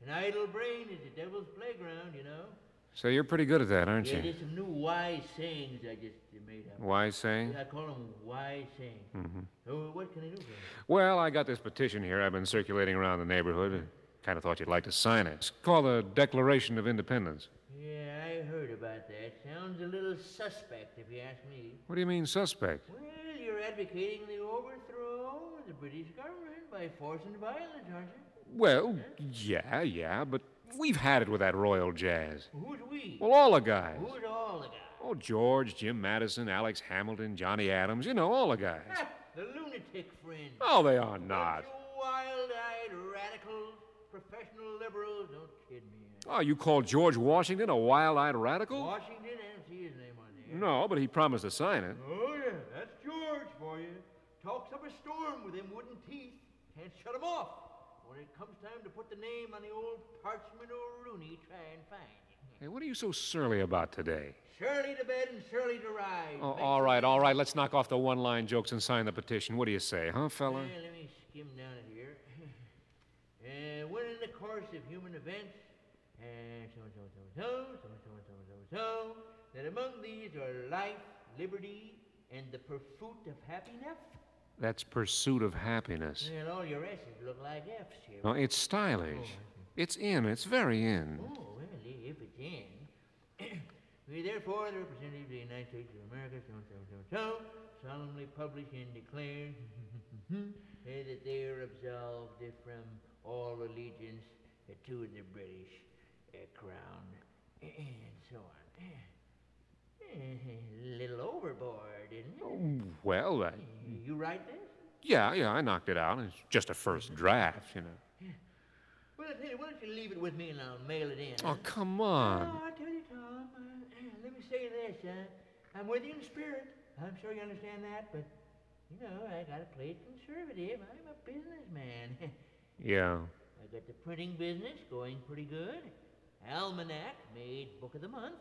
Speaker 16: An idle brain is the devil's playground, you know.
Speaker 17: So you're pretty good at that, aren't
Speaker 16: yeah,
Speaker 17: you?
Speaker 16: there's some new wise sayings I just made up.
Speaker 17: Wise saying?
Speaker 16: I call them wise sayings.
Speaker 17: Mm-hmm.
Speaker 16: Oh, what can I do for you?
Speaker 17: Well, I got this petition here I've been circulating around the neighborhood. Kind of thought you'd like to sign it. It's called the Declaration of Independence.
Speaker 16: Yeah, I heard about that. Sounds a little suspect, if you ask me.
Speaker 17: What do you mean, suspect?
Speaker 16: Well, you're advocating the overthrow of the British government by force and violence, aren't you?
Speaker 17: Well, yeah, yeah, but we've had it with that royal jazz.
Speaker 16: Who's we?
Speaker 17: Well, all the guys.
Speaker 16: Who's all the guys?
Speaker 17: Oh, George, Jim Madison, Alex Hamilton, Johnny Adams, you know, all the guys.
Speaker 16: Ha! the lunatic friend.
Speaker 17: Oh, they are not.
Speaker 16: Wild-eyed radicals, professional liberals. Don't kid me.
Speaker 17: Oh, you call George Washington a wild eyed radical?
Speaker 16: Washington, I don't see his name on there.
Speaker 17: No, but he promised to sign it.
Speaker 16: Oh, yeah, that's George for you. Talks up a storm with them wooden teeth. Can't shut him off. When it comes time to put the name on the old parchment O'Rooney, try and find it.
Speaker 17: Hey, what are you so surly about today?
Speaker 16: Shirley to bed and Shirley to rise.
Speaker 17: Oh, all right, all right, let's knock off the one line jokes and sign the petition. What do you say, huh, fella?
Speaker 16: Yeah, let me skim down it here. uh, when in the course of human events, uh, so and so and so and so, so and so and so and so and so, that among these are life, liberty, and the pursuit of happiness.
Speaker 17: That's pursuit of happiness.
Speaker 16: Well, all your S's look like F's here.
Speaker 17: No, it's stylish. It's in, it's very in.
Speaker 16: Oh, well, i- if it's in. we therefore, the representative of the United States of America, so and so and so and so, solemnly publish and declare eh, that they are absolved eh, from all allegiance eh, to the British eh, crown, eh, and so on. Eh, Little overboard, isn't it?
Speaker 17: Oh. Well, that,
Speaker 16: You write this?
Speaker 17: yeah, yeah, I knocked it out. It's just a first draft, you know.
Speaker 16: Well, I tell you, why don't you leave it with me and I'll mail it in.
Speaker 17: Oh, come on.
Speaker 16: No, I tell you, Tom, uh, let me say this. Uh, I'm with you in spirit. I'm sure you understand that, but, you know, I gotta play it conservative. I'm a businessman.
Speaker 17: Yeah.
Speaker 16: I got the printing business going pretty good. Almanac made book of the month.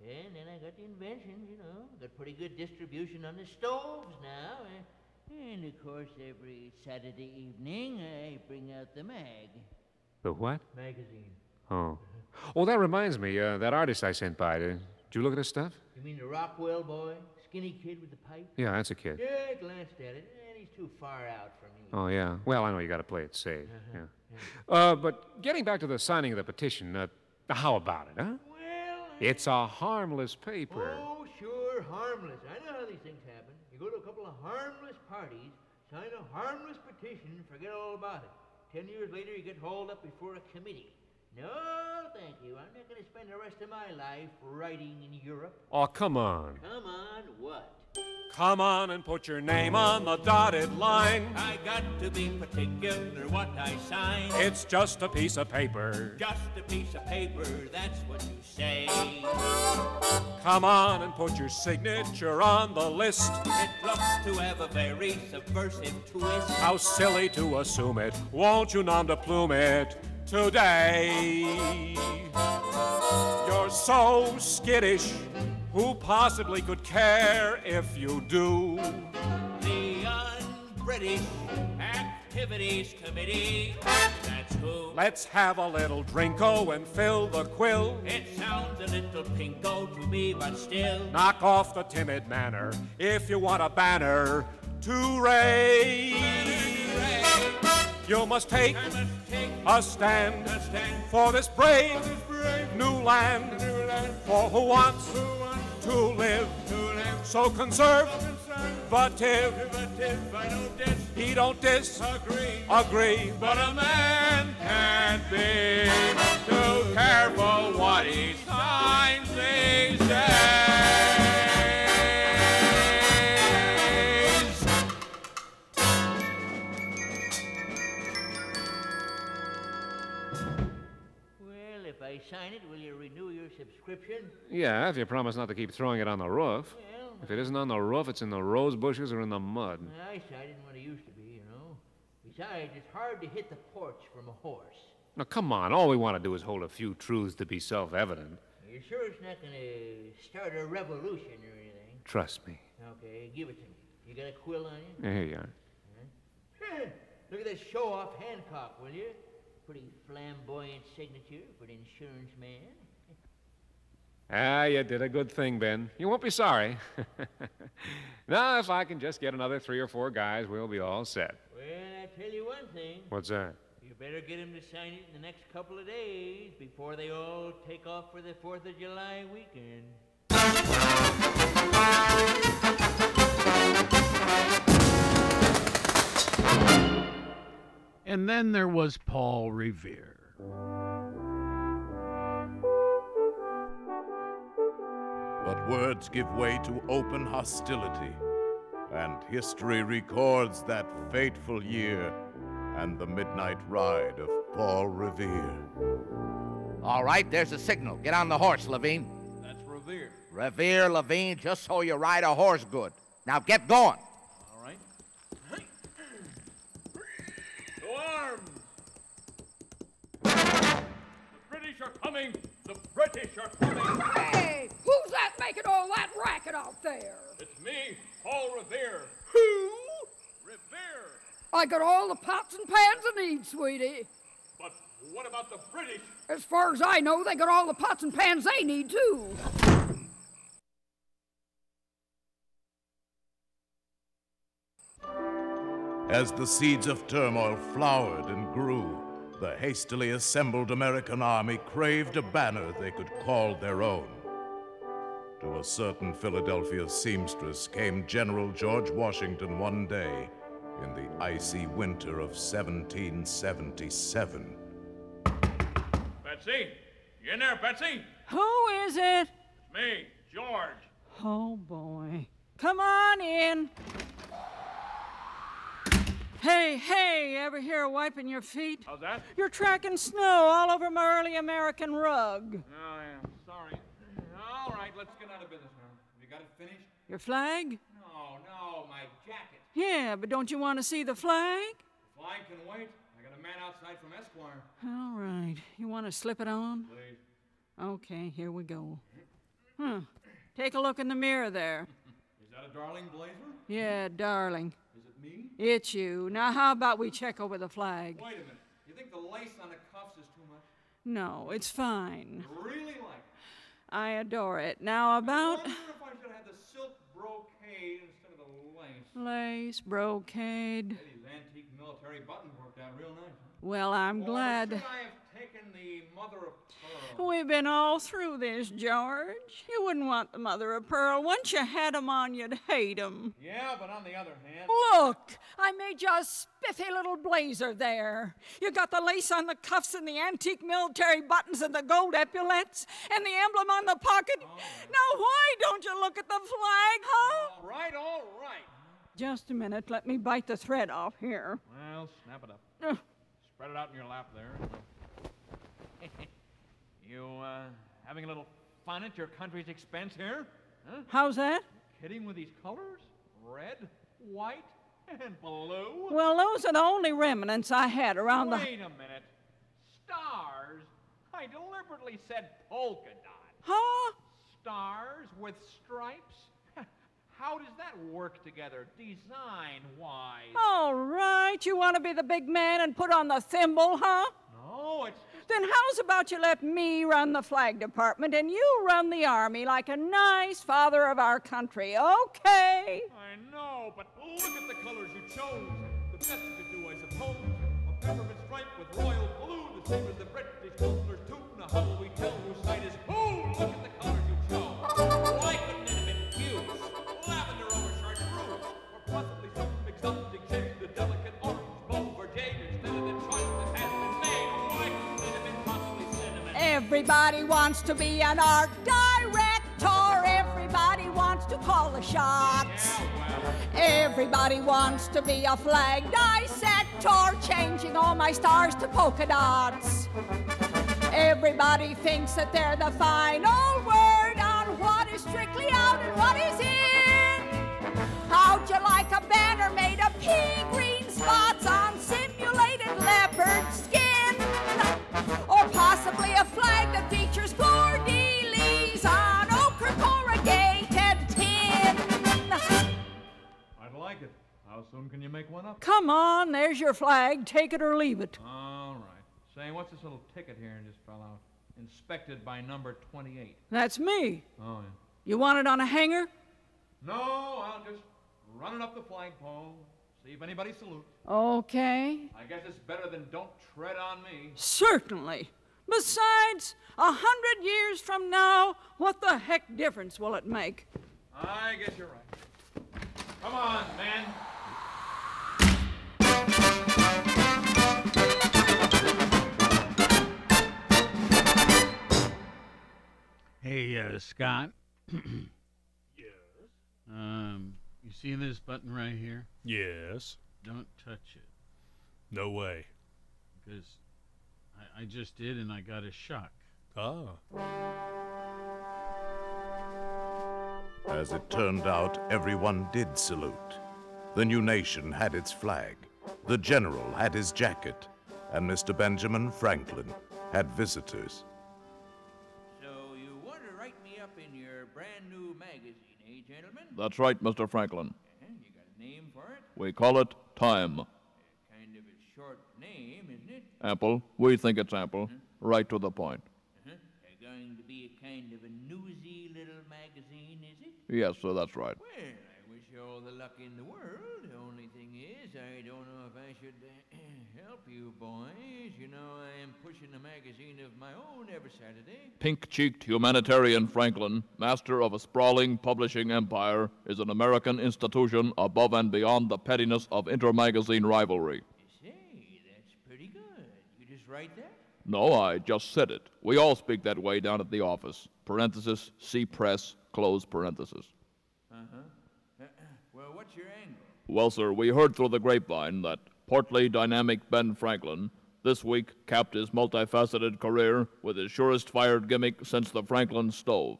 Speaker 16: And then I got the inventions, you know. Got pretty good distribution on the stoves now. uh, and of course, every Saturday evening, I bring out the mag
Speaker 17: The what?
Speaker 16: magazine.
Speaker 17: Oh. Oh, that reminds me, uh, that artist I sent by, uh, you look at his stuff?
Speaker 16: You mean the Rockwell boy? Skinny kid with the pipe?
Speaker 17: Yeah, that's a kid.
Speaker 16: Yeah, I glanced at it, and he's too far out for me.
Speaker 17: Oh, yeah. Well, I know you got to play it safe.
Speaker 14: Uh-huh.
Speaker 17: Yeah. Uh, but getting back to the signing of the petition, uh, how about it, huh?
Speaker 16: Well,
Speaker 17: It's a harmless paper.
Speaker 16: Oh, sure, harmless. I know how these things happen. You go to a couple of harmless parties, sign a harmless petition, forget all about it. Ten years later, you get hauled up before a committee. No, thank you. I'm not going to spend the rest of my life writing in Europe.
Speaker 17: Oh, come on.
Speaker 16: Come on, what?
Speaker 14: Come on and put your name on the dotted line.
Speaker 18: I got to be particular what I sign.
Speaker 14: It's just a piece of paper.
Speaker 18: just a piece of paper, that's what you say.
Speaker 14: Come on and put your signature on the list.
Speaker 18: It looks to have a very subversive twist.
Speaker 14: How silly to assume it. Won't you nom de plume it today? You're so skittish. Who possibly could care if you do?
Speaker 18: The un-British Activities Committee. That's who.
Speaker 14: Let's have a little drinko and fill the quill.
Speaker 18: It sounds a little pinko to me, but still.
Speaker 14: Knock off the timid manner if you want a banner to raise. You must take a stand for this brave new land for who wants to live. So conservative, he don't disagree, agree, but a man can't be too careful what he signs these days.
Speaker 16: Well, if I sign it, will you renew your subscription?
Speaker 17: Yeah, if you promise not to keep throwing it on the roof. If it isn't on the roof, it's in the rose bushes or in the mud.
Speaker 16: My eyesight isn't what it used to be, you know. Besides, it's hard to hit the porch from a horse.
Speaker 17: Now, come on. All we want to do is hold a few truths to be self evident.
Speaker 16: Are you sure it's not going to start a revolution or anything?
Speaker 17: Trust me.
Speaker 16: Okay, give it to me. You got a quill on you?
Speaker 17: Yeah, Here you are.
Speaker 16: Huh, Look at this show off Hancock, will you? Pretty flamboyant signature for an insurance man.
Speaker 17: Ah, you did a good thing, Ben. You won't be sorry. now, if I can just get another three or four guys, we'll be all set.
Speaker 16: Well, I tell you one thing.
Speaker 17: What's that?
Speaker 16: You better get him to sign it in the next couple of days before they all take off for the 4th of July weekend.
Speaker 21: And then there was Paul Revere.
Speaker 22: But words give way to open hostility, and history records that fateful year and the midnight ride of Paul Revere.
Speaker 27: All right, there's a signal. Get on the horse, Levine.
Speaker 23: That's Revere.
Speaker 27: Revere, Levine, just so you ride a horse good. Now get going.
Speaker 23: All right. To arms! The British are coming! The British are coming!
Speaker 19: Hey, who's that making all that racket out there?
Speaker 23: It's me, Paul Revere.
Speaker 19: Who?
Speaker 23: Revere!
Speaker 19: I got all the pots and pans I need, sweetie.
Speaker 23: But what about the British?
Speaker 19: As far as I know, they got all the pots and pans they need, too.
Speaker 22: As the seeds of turmoil flowered and grew, the hastily assembled American army craved a banner they could call their own. To a certain Philadelphia seamstress came General George Washington one day in the icy winter of 1777.
Speaker 23: Betsy! You in there, Betsy?
Speaker 20: Who is it?
Speaker 23: It's me, George.
Speaker 20: Oh boy. Come on in. Hey, hey, ever here wiping your feet?
Speaker 23: How's that?
Speaker 20: You're tracking snow all over my early American rug.
Speaker 23: Oh, yeah. Sorry. All right, let's get out of business now. Have you got it finished?
Speaker 20: Your flag?
Speaker 23: No, no, my jacket.
Speaker 20: Yeah, but don't you want to see the flag?
Speaker 23: The flag can wait. I got a man outside from Esquire.
Speaker 20: All right. You want to slip it on?
Speaker 23: Please.
Speaker 20: Okay, here we go. Huh. Take a look in the mirror there.
Speaker 23: Is that a darling blazer?
Speaker 20: Yeah, darling.
Speaker 23: Is it me?
Speaker 20: It's you. Now, how about we check over the flag?
Speaker 23: Wait a minute. You think the lace on the cuffs is too much?
Speaker 20: No, it's fine.
Speaker 23: Really like it.
Speaker 20: I adore it. Now about
Speaker 23: I wonder if I should have the silk brocade instead of the lace.
Speaker 20: lace, brocade.
Speaker 23: These antique military buttons worked out real nice. huh?
Speaker 20: Well, I'm
Speaker 23: Or
Speaker 20: glad.
Speaker 23: should I have taken the mother of pearl.
Speaker 20: We've been all through this, George. You wouldn't want the mother of pearl. Once you had 'em on, you'd hate 'em.
Speaker 23: Yeah, but on the other hand,
Speaker 20: Look, I made you a spiffy little blazer there. You got the lace on the cuffs and the antique military buttons and the gold epaulets and the emblem on the pocket.
Speaker 23: Oh,
Speaker 20: Now, why don't you look at the flag, huh?
Speaker 23: all right, all right.
Speaker 20: Just a minute. Let me bite the thread off here.
Speaker 23: Well, snap it up.
Speaker 20: Ugh.
Speaker 23: Spread it out in your lap there. you uh, having a little fun at your country's expense here? Huh?
Speaker 20: How's that?
Speaker 23: Kidding with these colors? Red, white, and blue?
Speaker 20: Well, those are the only remnants I had around the.
Speaker 23: Wait a minute. Stars? I deliberately said polka dot.
Speaker 20: Huh?
Speaker 23: Stars with stripes? How does that work together design wise?
Speaker 20: All right, you want to be the big man and put on the thimble, huh?
Speaker 23: No, it's
Speaker 20: Then how's about you let me run the flag department and you run the army like a nice father of our country, okay?
Speaker 23: I know, but look at the colors you chose. The best you could do, I suppose. A peppermint stripe with royal blue, the same as the British culture's too. Now how will we tell whose side is who? Look at the colors you chose. Why couldn't it have been hues? Lavender over chartreuse, or possibly something exotic shade, the delicate orange mauve or jade instead of the choice that has been made. Why couldn't it have been possibly cinnamon?
Speaker 20: Everybody wants to be an art director. Everybody wants to call the shots. Everybody wants to be a flag dissector, changing all my stars to polka dots. Everybody thinks that they're the final word on what is strictly out and what is in. How'd you like a banner made of pea green spots on simulated leopard skin? Or possibly a flag that features four dealies on ochre corrugated tin.
Speaker 23: I'd like it. How soon can you make one up?
Speaker 20: Come on, there's your flag. Take it or leave it.
Speaker 23: All right. Say, what's this little ticket here and just fell out? Inspected by number 28.
Speaker 20: That's me.
Speaker 23: Oh, yeah.
Speaker 20: You want it on a hanger?
Speaker 23: No, I'll just run it up the flagpole, see if anybody salutes.
Speaker 20: Okay.
Speaker 23: I guess it's better than don't tread on me.
Speaker 20: Certainly. Besides, a hundred years from now, what the heck difference will it make?
Speaker 23: I guess you're right. Come on, man.
Speaker 21: Hey, uh, Scott. yes. Um, you see this button right here?
Speaker 13: Yes.
Speaker 21: Don't touch it
Speaker 13: No way.
Speaker 21: because I, I just did and I got a shock.
Speaker 13: Oh.
Speaker 22: As it turned out, everyone did salute. The new nation had its flag, the general had his jacket, and Mr. Benjamin Franklin had visitors.
Speaker 16: So you want to write me up in your brand new magazine, eh, gentlemen?
Speaker 28: That's right, Mr. Franklin.
Speaker 16: Eh, You got a name for it?
Speaker 28: We call it time.
Speaker 16: Kind of a short name, isn't it?
Speaker 28: Ample. We think it's ample. Right to the point.
Speaker 16: Uh-huh. They're going to be a kind of a newsy little magazine, is it?
Speaker 28: Yes, sir, that's right.
Speaker 16: Well, I wish you all the luck in the world. The only thing is, I don't know if I should uh, help you boys. You know, I am pushing a magazine of my own every Saturday.
Speaker 28: Pink cheeked humanitarian Franklin, master of a sprawling publishing empire, is an American institution above and beyond the pettiness of intermagazine rivalry.
Speaker 16: Say, that's pretty good. You just write that?
Speaker 28: No, I just said it. We all speak that way down at the office. Parenthesis, C press, close parenthesis.
Speaker 16: Uh-huh. Uh, well, what's your angle?
Speaker 28: Well, sir, we heard through the grapevine that portly, dynamic Ben Franklin this week capped his multifaceted career with his surest fired gimmick since the Franklin stove.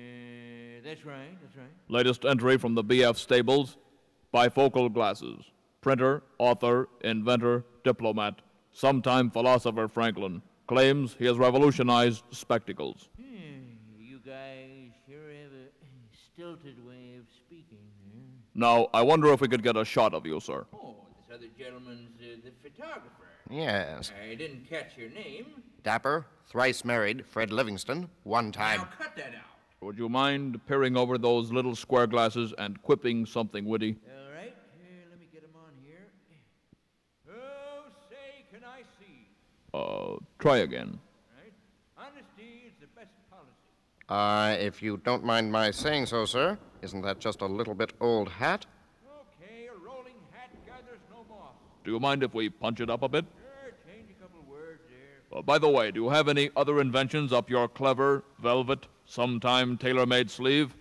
Speaker 16: Uh, that's right, that's right.
Speaker 28: Latest entry from the BF Stables bifocal glasses. Printer, author, inventor, diplomat, sometime philosopher Franklin claims he has revolutionized spectacles.
Speaker 16: Hmm, you guys sure have a stilted way of speaking. Huh?
Speaker 28: Now, I wonder if we could get a shot of you, sir.
Speaker 16: Oh, this other gentleman's uh, the photographer.
Speaker 27: Yes.
Speaker 37: I didn't catch your name.
Speaker 27: Dapper, thrice married, Fred Livingston, one time.
Speaker 37: Cut that out.
Speaker 28: Would you mind peering over those little square glasses and quipping something witty?
Speaker 37: All right, here, let me get him on here. Oh, say, can I see?
Speaker 28: Uh, try again.
Speaker 37: Right? Honesty is the best policy.
Speaker 27: Uh, if you don't mind my saying so, sir, isn't that just a little bit old hat?
Speaker 37: Okay, a rolling hat gathers no moss.
Speaker 28: Do you mind if we punch it up a bit?
Speaker 37: Sure, change a couple words there.
Speaker 28: Uh, by the way, do you have any other inventions up your clever, velvet, sometime tailor made sleeve?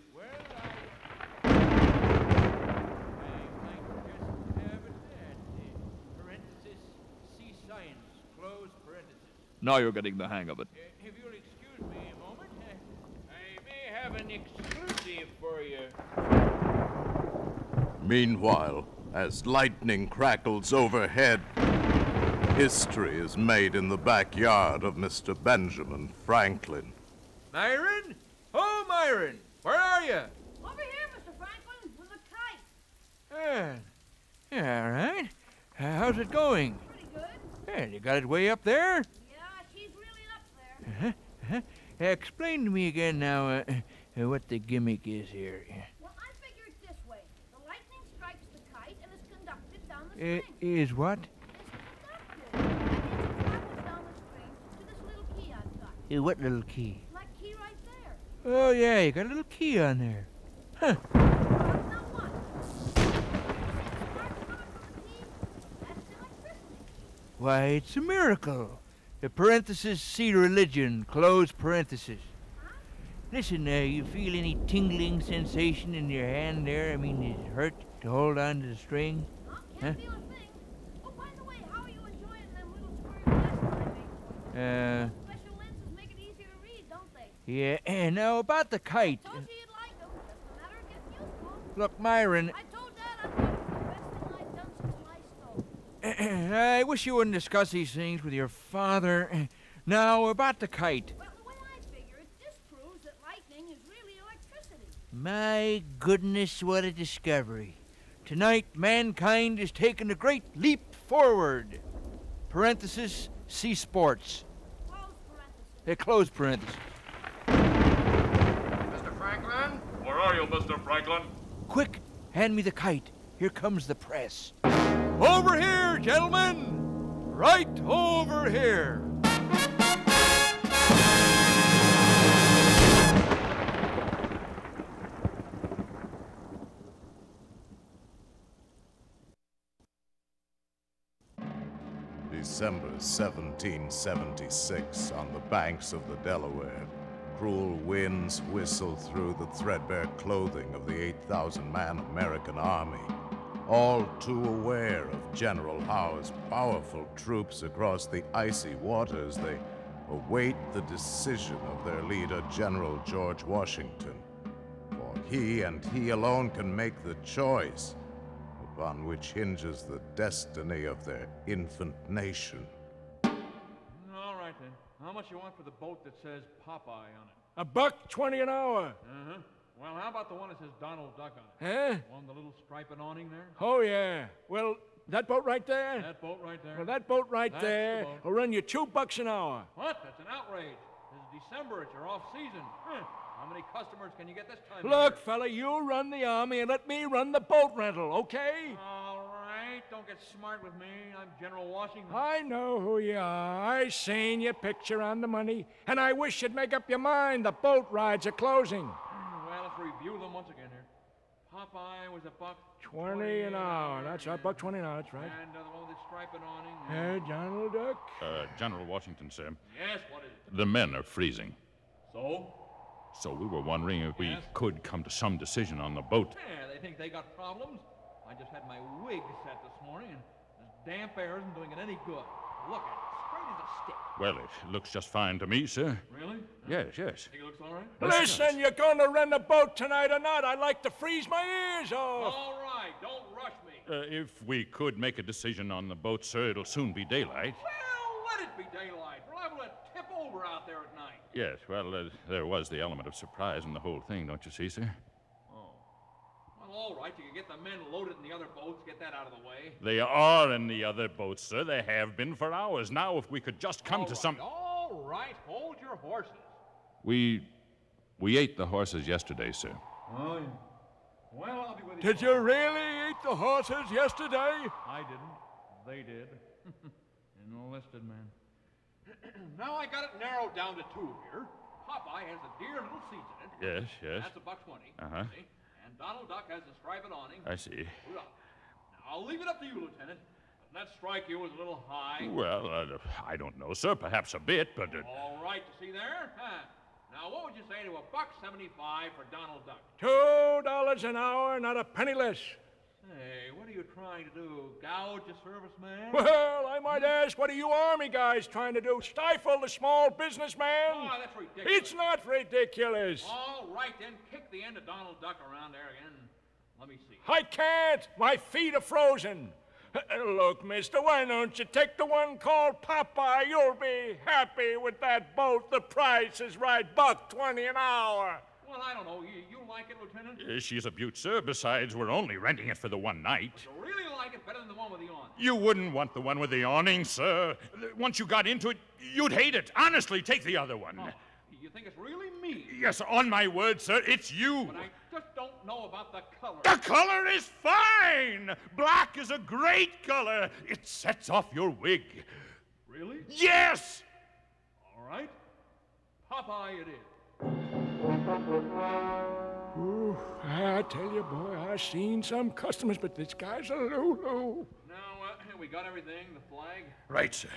Speaker 37: Parenthesis, see science, close parenthesis.
Speaker 28: Now you're getting the hang of it.
Speaker 37: Uh, if you'll excuse me a moment, uh, I may have an exclusive for you.
Speaker 22: Meanwhile, as lightning crackles overhead, history is made in the backyard of Mr. Benjamin Franklin.
Speaker 16: Myron? Oh, Myron, where are you?
Speaker 14: Over here, Mr. Franklin, with a kite.
Speaker 16: Yeah, Uh, yeah, all right. Uh, how's it going? Pretty good. Yeah, you got it way up there?
Speaker 14: Yeah, she's really up there.
Speaker 16: Uh-huh, uh-huh. Uh, explain to me again now uh, uh, what the gimmick is here.
Speaker 14: Well, I figure it this way. The lightning strikes the kite and is conducted down the
Speaker 16: Uh,
Speaker 14: string.
Speaker 16: is what? Uh, what little key?
Speaker 14: That key right there.
Speaker 16: Oh, yeah, you got a little key on there. Huh. Why, it's a miracle. The parenthesis, see religion, close parenthesis. Listen, uh, you feel any tingling sensation in your hand there? I mean, does it hurt to hold on to the string? Huh?
Speaker 14: Oh, by the way, how are you enjoying them little
Speaker 16: Uh,
Speaker 14: special lenses? Make it easier to read, don't they?
Speaker 16: yeah, and now about the kite.
Speaker 14: Told you you'd like them. Just a matter of getting used to 'em.
Speaker 16: Look, Myron,
Speaker 14: I told Dad I thought it was the best thing I'd done since Lysol.
Speaker 16: I wish you wouldn't discuss these things with your father. Now, about the kite.
Speaker 14: Well, the way I figure it, this proves that lightning is really electricity.
Speaker 16: My goodness, what a discovery. Tonight, mankind has taken a great leap forward. Parenthesis, see sports. They close parenthesis.
Speaker 27: Mr. Franklin?
Speaker 23: Where are you, Mr. Franklin?
Speaker 16: Quick, hand me the kite. Here comes the press. Over here, gentlemen! Right over here!
Speaker 22: December 1776, on the banks of the Delaware, cruel winds whistle through the threadbare clothing of the 8,000 man American army, all too aware of General Howe's powerful troops across the icy waters. They await the decision of their leader, General George Washington. For he and he alone can make the choice upon which hinges the destiny of their infant nation.
Speaker 23: All right then. How much you want for the boat that says Popeye on it?
Speaker 29: A buck twenty an hour.
Speaker 23: Uh huh. Well, how about the one that says Donald Duck on it?
Speaker 29: Huh?
Speaker 23: One with the little stripe and awning there?
Speaker 29: Oh, yeah. Well, that boat right there?
Speaker 23: That boat right there.
Speaker 29: Well, that boat right
Speaker 23: That's the
Speaker 29: there
Speaker 23: boat.
Speaker 29: will run you two bucks an hour.
Speaker 23: What? That's an outrage. This is December. It's your off season. Huh. How many customers can you get this time? of
Speaker 29: Look,
Speaker 23: year?
Speaker 29: fella, you run the army and let me run the boat rental, okay?
Speaker 23: All right. Don't get smart with me. I'm General Washington.
Speaker 29: I know who you are. I seen your picture on the money, and I wish you'd make up your mind. The boat rides are closing.
Speaker 23: Well, let's review them once again here. Popeye was a buck.
Speaker 29: Twenty an hour. That's right, buck twenty an hour. That's right.
Speaker 23: And uh, the one with the stripe and awning.
Speaker 29: Hey, Donald Duck.
Speaker 38: Uh, General Washington, sir.
Speaker 23: Yes, what is it?
Speaker 38: The men are freezing.
Speaker 23: So?
Speaker 38: So we were wondering if we could come to some decision on the boat.
Speaker 23: Yeah, they think they got problems. I just had my wig set this morning, and this damp air isn't doing it any good. Look at it, straight as a stick.
Speaker 38: Well, it looks just fine to me, sir.
Speaker 23: Really?
Speaker 38: Yes, yes.
Speaker 23: Think it looks all right?
Speaker 29: Listen, you're going to rent a boat tonight or not? I'd like to freeze my ears off.
Speaker 23: All right, don't rush me.
Speaker 38: Uh, if we could make a decision on the boat, sir, it'll soon be daylight.
Speaker 23: Well, let it be daylight. We're liable to tip over out there at night.
Speaker 38: Yes, well, uh, there was the element of surprise in the whole thing, don't you see, sir?
Speaker 23: Well, all All right, you can get the men loaded in the other boats, get that out of the way.
Speaker 38: They are in the other boats, sir. They have been for hours. Now, if we could just come
Speaker 23: All
Speaker 38: to
Speaker 23: right,
Speaker 38: some.
Speaker 23: All right, hold your horses.
Speaker 38: We. We ate the horses yesterday, sir.
Speaker 23: Oh, yeah. Well, I'll be with
Speaker 25: Did you really eat the horses yesterday?
Speaker 23: I didn't. They did. An enlisted man. now I got it narrowed down to two here. Popeye has a dear little seat in it.
Speaker 38: Yes, yes.
Speaker 23: That's a buck twenty.
Speaker 38: Uh-huh.
Speaker 23: see? And Donald Duck has a stripe and awning.
Speaker 38: I see.
Speaker 23: Rudolph. Now I'll leave it up to you, Lieutenant. Doesn't that strike you as a little high?
Speaker 38: Well, uh, I don't know, sir. Perhaps a bit, but. Uh,
Speaker 23: All right, you see there? Huh. Now what would you say to a buck seventy-five for Donald Duck?
Speaker 29: Two dollars an hour, not a penny less.
Speaker 23: Hey, what are you trying to do? Gouge a serviceman?
Speaker 29: Well, I might ask, what are you army guys trying to do? Stifle the small businessman?
Speaker 23: Oh, that's ridiculous.
Speaker 29: It's not ridiculous.
Speaker 23: All right, then kick the end of Donald Duck around there again. Let me see.
Speaker 29: I can't. My feet are frozen. Look, mister, why don't you take the one called Popeye? You'll be happy with that boat. The price is right, buck twenty an hour.
Speaker 23: Well, I don't know. You, you like it, Lieutenant?
Speaker 38: uh, she's a beaut, sir. Besides, we're only renting it for the one night.
Speaker 23: You really like it better than the one with the on.
Speaker 38: You wouldn't want the one with the awning, sir. Th- Once you got into it, you'd hate it. Honestly, take the other one.
Speaker 23: Oh. You think it's really me?
Speaker 38: Yes, on my word, sir, it's you.
Speaker 23: But I just don't know about the color.
Speaker 38: The color is fine. Black is a great color. It sets off your wig.
Speaker 23: Really?
Speaker 38: Yes!
Speaker 23: All right. Popeye it is.
Speaker 29: Ooh, I tell you, boy, i seen some customers, but this guy's a Lulu.
Speaker 23: Now, uh, we got everything the flag,
Speaker 38: Right, sir.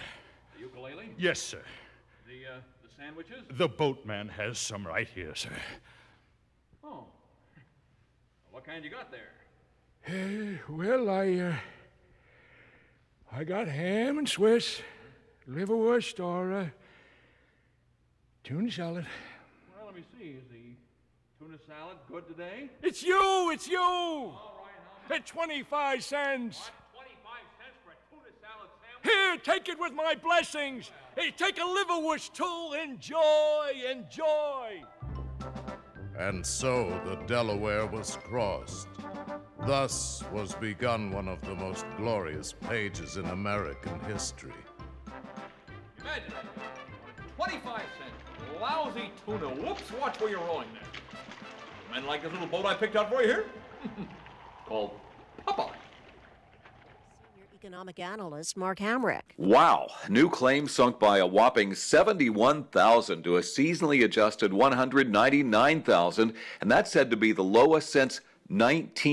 Speaker 23: the ukulele,
Speaker 38: Yes, sir.
Speaker 23: the, uh, the sandwiches.
Speaker 38: The boatman has some right here, sir.
Speaker 23: Oh. What kind you got there?
Speaker 29: Eh, well, I, uh, I got ham and Swiss, liverwurst, or uh, tuna salad.
Speaker 23: Well, let me see. Is the tuna salad good today?
Speaker 29: It's you! It's you! At 25 cents.
Speaker 23: 25 cents for a tuna salad sandwich?
Speaker 29: Here, take it with my blessings. Hey, take a liverwurst too. Enjoy, enjoy.
Speaker 22: And so the Delaware was crossed. Thus was begun one of the most glorious pages in American history.
Speaker 23: Imagine that. 25 cents. Lousy tuna. Whoops, watch where you're rolling there. Men like this little boat I picked out for you here? Called Popeye.
Speaker 3: Economic analyst Mark Hamrick.
Speaker 7: Wow. New claims sunk by a whopping 71,000 to a seasonally adjusted 199,000, and that's said to be the lowest since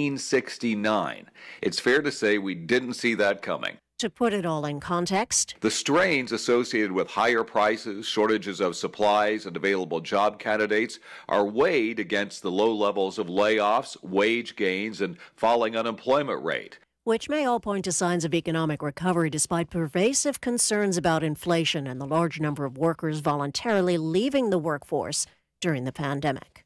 Speaker 7: 1969. It's fair to say we didn't see that coming.
Speaker 3: To put it all in context,
Speaker 7: The strains associated with higher prices, shortages of supplies, and available job candidates are weighed against the low levels of layoffs, wage gains, and falling unemployment rate.
Speaker 3: which may all point to signs of economic recovery despite pervasive concerns about inflation and the large number of workers voluntarily leaving the workforce during the pandemic.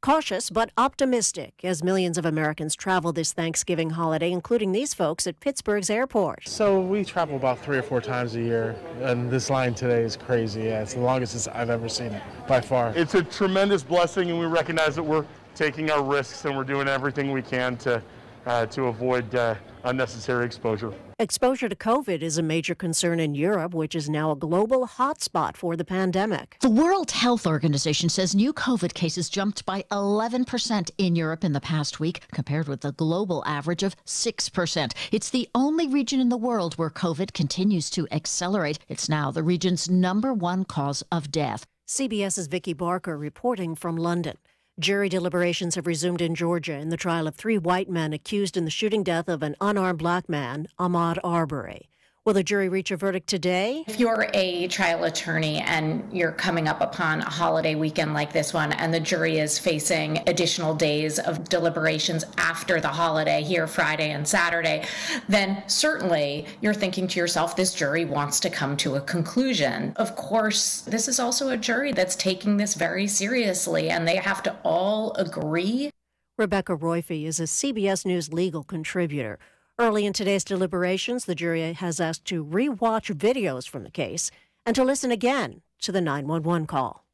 Speaker 3: Cautious but optimistic as millions of Americans travel this Thanksgiving holiday, including these folks at Pittsburgh's airport.
Speaker 39: So we travel about three or four times a year, and this line today is crazy. Yeah, it's the longest since I've ever seen it by far. It's a tremendous blessing, and we recognize that we're taking our risks and we're doing everything we can to uh, to avoid uh, unnecessary exposure.
Speaker 3: Exposure to COVID is a major concern in Europe, which is now a global hotspot for the pandemic.
Speaker 8: The World Health Organization says new COVID cases jumped by 11% in Europe in the past week, compared with the global average of 6%. It's the only region in the world where COVID continues to accelerate. It's now the region's number one cause of death.
Speaker 3: CBS's Vicki Barker reporting from London. Jury deliberations have resumed in Georgia in the trial of three white men accused in the shooting death of an unarmed black man, Ahmad Arbery. Will the jury reach a verdict today?
Speaker 24: If you're a trial attorney and you're coming up upon a holiday weekend like this one, and the jury is facing additional days of deliberations after the holiday here, Friday and Saturday, then certainly you're thinking to yourself, this jury wants to come to a conclusion. Of course, this is also a jury that's taking this very seriously, and they have to all agree
Speaker 3: Rebecca Royfe is a CBS News legal contributor. Early in today's deliberations, the jury has asked to re-watch videos from the case and to listen again to the 911 call.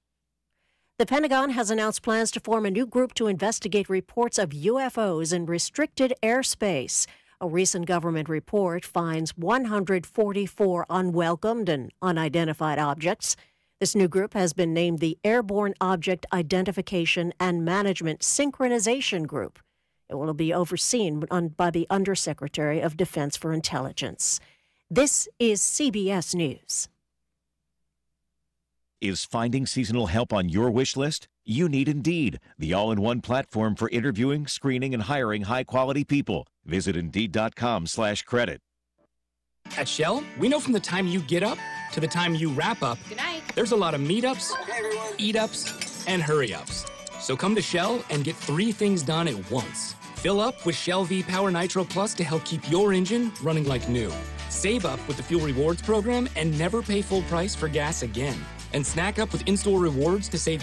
Speaker 3: The Pentagon has announced plans to form a new group to investigate reports of UFOs in restricted airspace. A recent government report finds 144 unwelcomed and unidentified objects. This new group has been named the Airborne Object Identification and Management Synchronization Group. It will be overseen on- by the Undersecretary of Defense for Intelligence. This is CBS News.
Speaker 40: Is finding seasonal help on your wish list? You need Indeed, the all in one platform for interviewing, screening, and hiring high quality people. Visit Indeed.com slash credit.
Speaker 25: At Shell, we know from the time you get up to the time you wrap up,
Speaker 41: Good night.
Speaker 25: there's a lot of meetups, eat ups, and hurry ups. So come to Shell and get three things done at once. Fill up with Shell V Power Nitro Plus to help keep your engine running like new. Save up with the Fuel Rewards program and never pay full price for gas again. And snack up with in store rewards to save